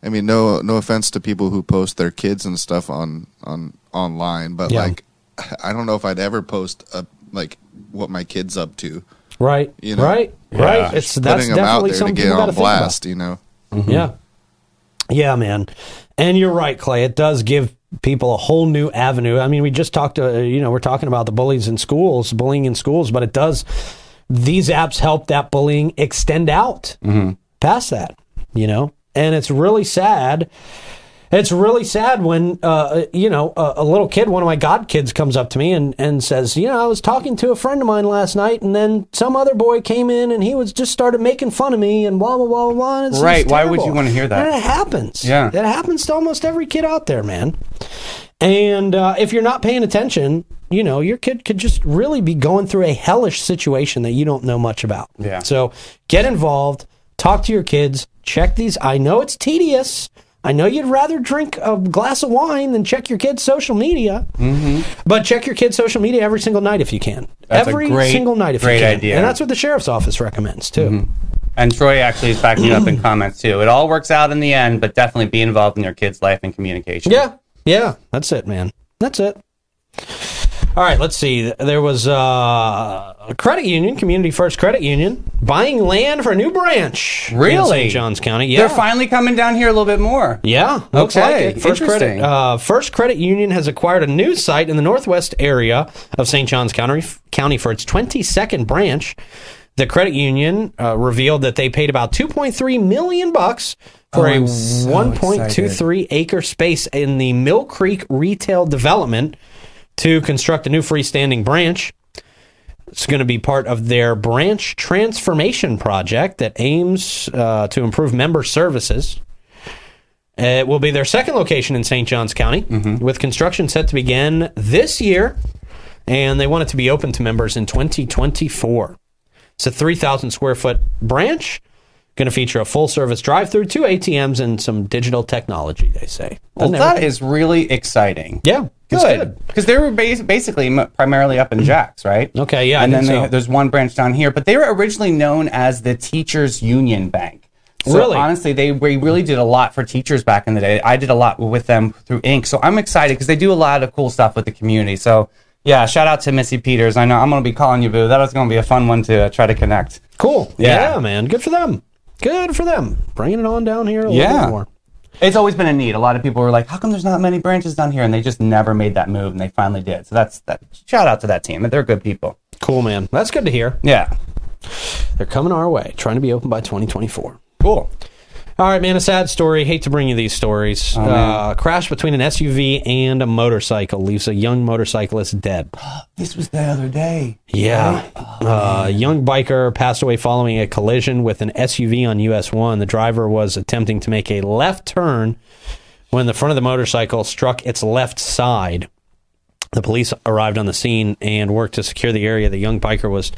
S3: I mean, no, no offense to people who post their kids and stuff on on online, but
S1: Yeah.
S3: like, I don't know if I'd ever post a, like what my kids up to.
S1: Right.
S3: You know.
S1: right. Right. It's that's
S3: Putting them out
S1: definitely
S3: there to
S1: something
S3: get
S1: you
S3: on
S1: gotta
S3: blast,
S1: think Mm-hmm.
S3: you know.
S1: about. Yeah. Yeah, man. And you're right, Clay. It does give people a whole new avenue. I mean, we just talked to, you know, we're talking about the bullies in schools, bullying in schools, but it does, these apps help that bullying extend out
S2: Mm-hmm.
S1: past that, you know? And it's really sad. It's really sad when, uh, you know, a, a little kid, one of my god kids comes up to me and, and says, you know, I was talking to a friend of mine last night and then some other boy came in and he was just started making fun of me and blah, blah, blah, blah, blah. and it's-
S2: Right.
S1: it's
S2: Why would
S1: terrible.
S2: you wanna hear that?
S1: And it happens.
S2: Yeah.
S1: It happens to almost every kid out there, man. And uh, if you're not paying attention, you know, your kid could just really be going through a hellish situation that you don't know much about.
S2: Yeah.
S1: So get involved, talk to your kids, check these. I know it's tedious. I know you'd rather drink a glass of wine than check your kids' social media, mm-hmm. but check your kids' social media every single night if you can.
S2: That's a
S1: every
S2: great-
S1: single night if
S2: great
S1: you can.
S2: idea. Mm-hmm.
S1: And that's what the sheriff's office recommends too.
S2: And Troy actually is backing
S1: *clears throat*
S2: up in comments too. It all works out in the end, but definitely be involved in your kids' life and communication.
S1: Yeah, yeah, that's it, man. That's it. All right, let's see. There was uh, a credit union, Community First Credit Union, buying land for a new branch. in
S2: Really?
S1: St. Johns County. Yeah.
S2: They're finally coming down here a little bit more.
S1: Yeah, looks
S2: Okay,
S1: like it. First Credit,
S2: interesting.
S1: uh, First Credit Union has acquired a new site in the northwest area of St. Johns County, County for its 22nd branch. The credit union uh, revealed that they paid about 2.3 million bucks for
S2: Oh,
S1: a
S2: I'm so
S1: 1.23 acre space in the Mill Creek retail development to construct a new freestanding branch. It's going to be part of their branch transformation project that aims uh, to improve member services. It Uh, will be their second location in St. Johns County,
S2: Mm-hmm.
S1: with construction set to begin this year, and they want it to be open to members in 2024. It's a 3,000 square foot branch, going to feature a full service drive through, two ATMs, and some digital technology. They say.
S2: Well,
S1: Doesn't
S2: that
S1: everything-
S2: is really exciting.
S1: yeah, it's
S2: Good. Because they were bas- basically m- primarily up in Jacks, right?
S1: Okay, yeah, I
S2: And then
S1: think
S2: they,
S1: so.
S2: there's one branch down here, but they were originally known as the Teachers Union Bank. So
S1: Really?
S2: honestly, they we really did a lot for teachers back in the day. I did a lot with them through Inc. So I'm excited because they do a lot of cool stuff with the community. So yeah, shout out to Missy Peters. I know I'm going to be calling you, boo. That was going to be a fun one to uh, try to connect.
S1: Cool. Yeah.
S2: Yeah.
S1: man. Good for them. Good for them. Bringing it on down here a little
S2: Yeah.
S1: bit more.
S2: It's always been a need. A lot of people were like, "How come there's not many branches down here?" And they just never made that move, and they finally did. So that's that. Shout out to that team. They're good people.
S1: Cool, man. That's good to hear.
S2: Yeah.
S1: They're coming our way, trying to be open by 2024.
S2: Cool.
S1: All right, man. A sad story. Hate to bring you these stories. uh, crash between an SUV and a motorcycle leaves a young motorcyclist dead.
S2: This was the other day.
S1: Yeah. Uh, a young biker passed away following a collision with an SUV on US 1. The driver was attempting to make a left turn when the front of the motorcycle struck its left side. The police arrived on the scene and worked to secure the area. The young biker was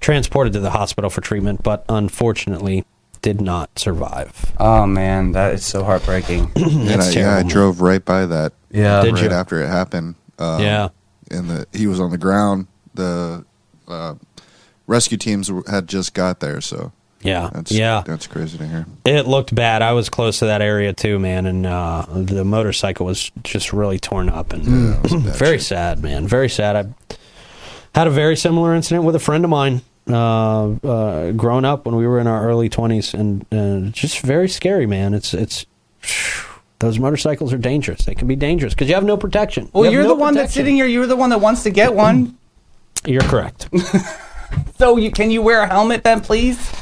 S1: transported to the hospital for treatment, but unfortunately did not survive.
S2: Oh man, that is so
S1: *clears throat*
S2: heartbreaking.
S3: And I, yeah, I drove right by that.
S2: Yeah. Did
S3: right
S1: you?
S3: after it happened. Um,
S1: yeah.
S3: and the he was on the ground. The uh, rescue teams w- had just got there, so
S1: Yeah.
S3: that's
S1: yeah.
S3: that's crazy to hear.
S1: It looked bad. I was close to that area too, man, and uh, the motorcycle was just really torn up and very sad, man. Very sad. I had a very similar incident with a friend of mine, uh, uh, grown up when we were in our early twenties, and uh, just very scary, man. It's it's those motorcycles are dangerous. They can be dangerous because you have no protection. You
S2: Well,
S1: have
S2: you're
S1: no
S2: the one that's
S1: protection.
S2: sitting here. You're the one that wants to get one.
S1: You're
S2: *laughs*
S1: correct.
S2: so you can you wear a helmet then, please?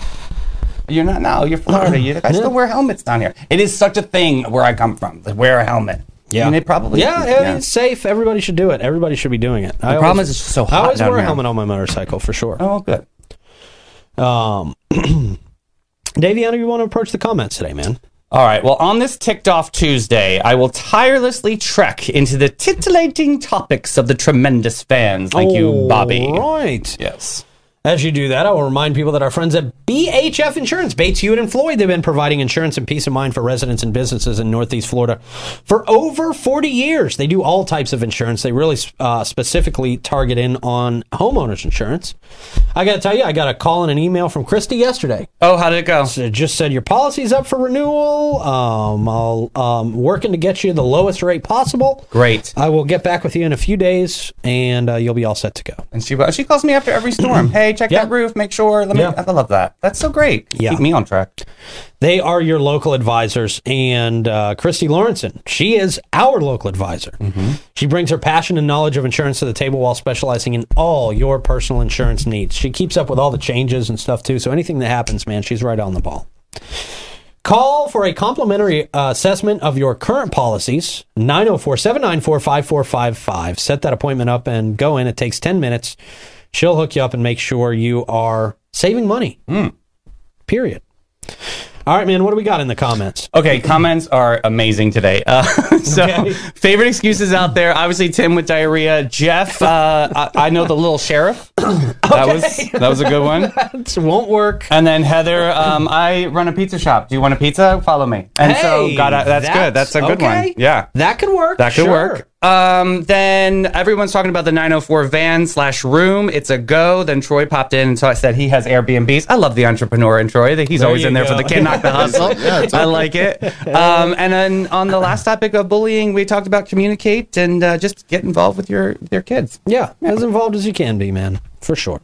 S2: You're not. No, you're Florida. You,
S1: *clears throat*
S2: I still wear helmets down here. It is such a thing where I come from. to wear a helmet.
S1: Yeah,
S2: and it probably.
S1: yeah,
S2: yeah.
S1: it's safe. Everybody should do it. Everybody should be doing it. The
S2: problem is it's just so
S1: I
S2: hot
S1: always
S2: down
S1: wear a
S2: here.
S1: helmet on my motorcycle for sure.
S2: Oh, good.
S1: Um, Davey, how do you want to approach the comments today, man?
S2: All right. Well, on this ticked off Tuesday, I will tirelessly trek into the titillating topics of the tremendous fans like you, Bobby.
S1: Right.
S2: Yes.
S1: As you do that, I will remind people that our friends at BHF Insurance, Bates, Hewitt, and Floyd, they've been providing insurance and peace of mind for residents and businesses in Northeast Florida for over 40 years. They do all types of insurance. They really uh, specifically target in on homeowners insurance. I got to tell you, I got a call and an email from Christy yesterday.
S2: Oh, how did it go?
S1: It just said your policy's up for renewal. Um, I'll um, working to get you the lowest rate possible.
S2: Great.
S1: I will get back with you in a few days, and uh, you'll be all set to go.
S2: And she she calls me after
S1: *clears throat*
S2: every storm. hey, check
S1: Yeah.
S2: that roof. Make sure. Let me.
S1: Yeah.
S2: I love that. That's so great.
S1: Yeah.
S2: Keep me on track.
S1: They are your local advisors, and uh, Christy Lawrenson, she is our local advisor. She brings her passion and knowledge of insurance to the table while specializing in all your personal insurance needs. She keeps up with all the changes and stuff too. So anything that happens, man, she's right on the ball. Call for a complimentary uh, assessment of your current policies, 904 794 5455. Set that appointment up and go in. It takes 10 minutes. She'll hook you up and make sure you are saving money. Period. All right, man, what do we got in the comments?
S2: Okay, comments are amazing today. Uh, *laughs* so,
S1: Okay.
S2: favorite excuses out there. Obviously, Tim with diarrhea. Jeff, uh, I, I know the
S1: *clears throat*
S2: little sheriff. That was that was a good one.
S1: It won't work.
S2: And then Heather, um, I run a pizza shop. Do you want a pizza? Follow me. And so,
S1: Hey,
S2: got a, that's, good. That's a good
S1: okay.
S2: one. Yeah.
S1: That could work.
S2: That could
S1: sure.
S2: work. Um, then everyone's talking about the 904 van slash room. It's a go. Then Troy popped in and so I said he has Airbnbs. I love the entrepreneur in Troy. That He's always
S1: you
S2: in there
S1: go.
S2: for the can knock the hustle.
S1: *laughs*
S2: I like it. Um, and then on the last topic of bullying, we talked about communicate and uh, just get involved with your with your kids.
S1: Yeah, as involved as you can be, man, for sure.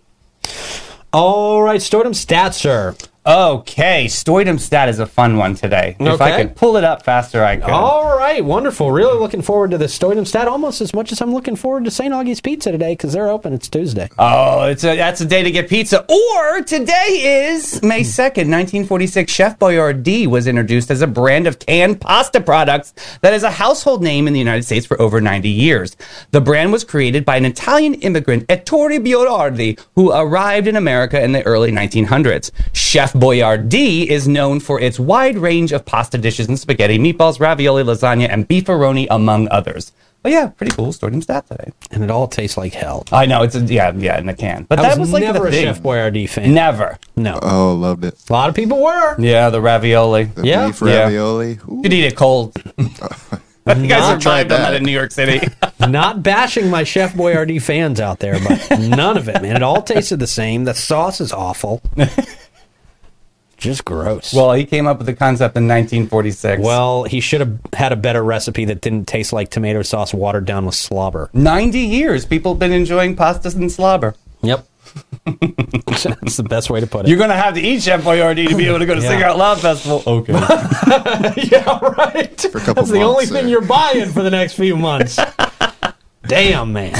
S1: All right, Stordom Stats, sir.
S2: Okay, Stoidum stat is a fun one today. If I
S1: Okay.
S2: could pull it up faster, I could.
S1: All right, wonderful. Really looking forward to the Stordom Stat almost as much as I'm looking forward to St. Augie's Pizza today because they're open. It's Tuesday.
S2: Oh, it's a, that's a day to get pizza. Or today is May 2nd, 1946. Chef Boyardee was introduced as a brand of canned pasta products that is a household name in the United States for over 90 years. The brand was created by an Italian immigrant, Ettore Boyardi, who arrived in America in the early 1900s. Chef Boyardee is known for its wide range of pasta dishes and spaghetti, meatballs, ravioli, lasagna, and beefaroni, among others. But yeah, pretty cool. Stordom stat today.
S1: And it all tastes like hell.
S2: I know it's a, yeah yeah in a can, but
S1: I
S2: that
S1: was,
S2: was, like
S1: never
S2: the
S1: a
S2: thing.
S1: Chef Boyardee fan.
S2: Never.
S1: No.
S3: Oh, loved it.
S1: a lot of people were.
S2: Yeah, the ravioli. *laughs*
S3: The
S2: You
S1: Yeah.
S3: beef
S2: Yeah.
S3: ravioli. Ooh.
S2: could eat it cold. you guys survived on
S3: that.
S2: that in New York City.
S1: Not bashing my Chef Boyardee fans out there, but none of it, man. It all tasted the same. The sauce is awful. Just gross.
S2: *laughs* well, he came up with the concept in 1946.
S1: Well, he should have had a better recipe that didn't taste like tomato sauce watered down with slobber.
S2: 90 years people have been enjoying pastas and slobber.
S1: Yep. *laughs* That's the best way to put it.
S2: You're going to have to eat Chef Boyardee to be able to *laughs* go to
S1: Yeah.
S2: Sing Out Loud Festival.
S1: *laughs*
S2: Okay.
S1: yeah, right. That's
S3: a couple
S1: the
S3: months
S1: only thing
S3: there.
S1: you're buying for the next few months. Damn, man.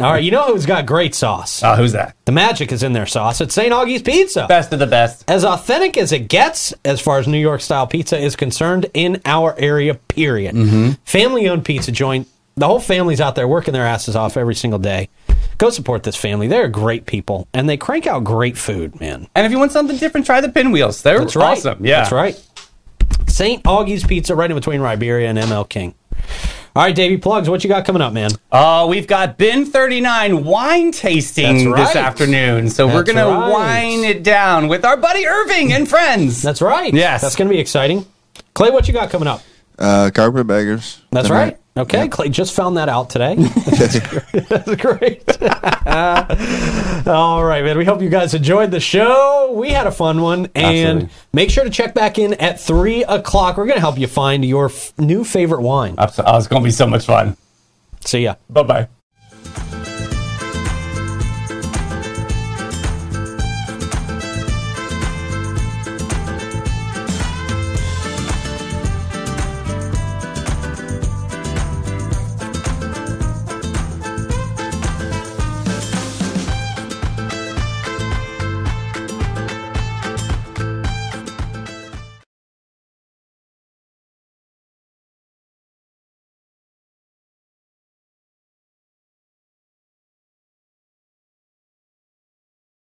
S1: All right, you know who's got great sauce?
S2: oh, who's that?
S1: The magic is in their sauce. It's St. Augie's Pizza.
S2: Best of the best.
S1: as authentic as it gets as far as New York style pizza is concerned in our area, period.
S2: Mm-hmm.
S1: Family owned pizza joint. The whole family's out there working their asses off every single day. Go support this family. They're great people and they crank out great food, man.
S2: And if you want something different, try the pinwheels. They're
S1: That's right.
S2: awesome. Yeah.
S1: That's right. St. Augie's Pizza right in between Riberia and ML King. All right, Davey Plugs, what you got coming up, man?
S2: Oh, we've got Bin 39 wine tasting
S1: That's
S2: this
S1: right.
S2: afternoon. So we're
S1: That's
S2: going
S1: right.
S2: to wine it down with our buddy Irving and friends.
S1: That's right.
S2: Yes.
S1: That's going to be exciting. Clay, what you got coming up?
S3: Uh, carpetbaggers.
S1: That's
S3: tonight.
S1: right. Okay, Clay just found that out today. That's great. All right, man. We hope you guys enjoyed the show. We had a fun one. And
S2: Absolutely.
S1: make sure to check back in at 3 o'clock. We're going to help you find your f- new favorite wine.
S2: Uh, Abso- Oh, it's going to be so much fun.
S1: See ya.
S2: Bye bye.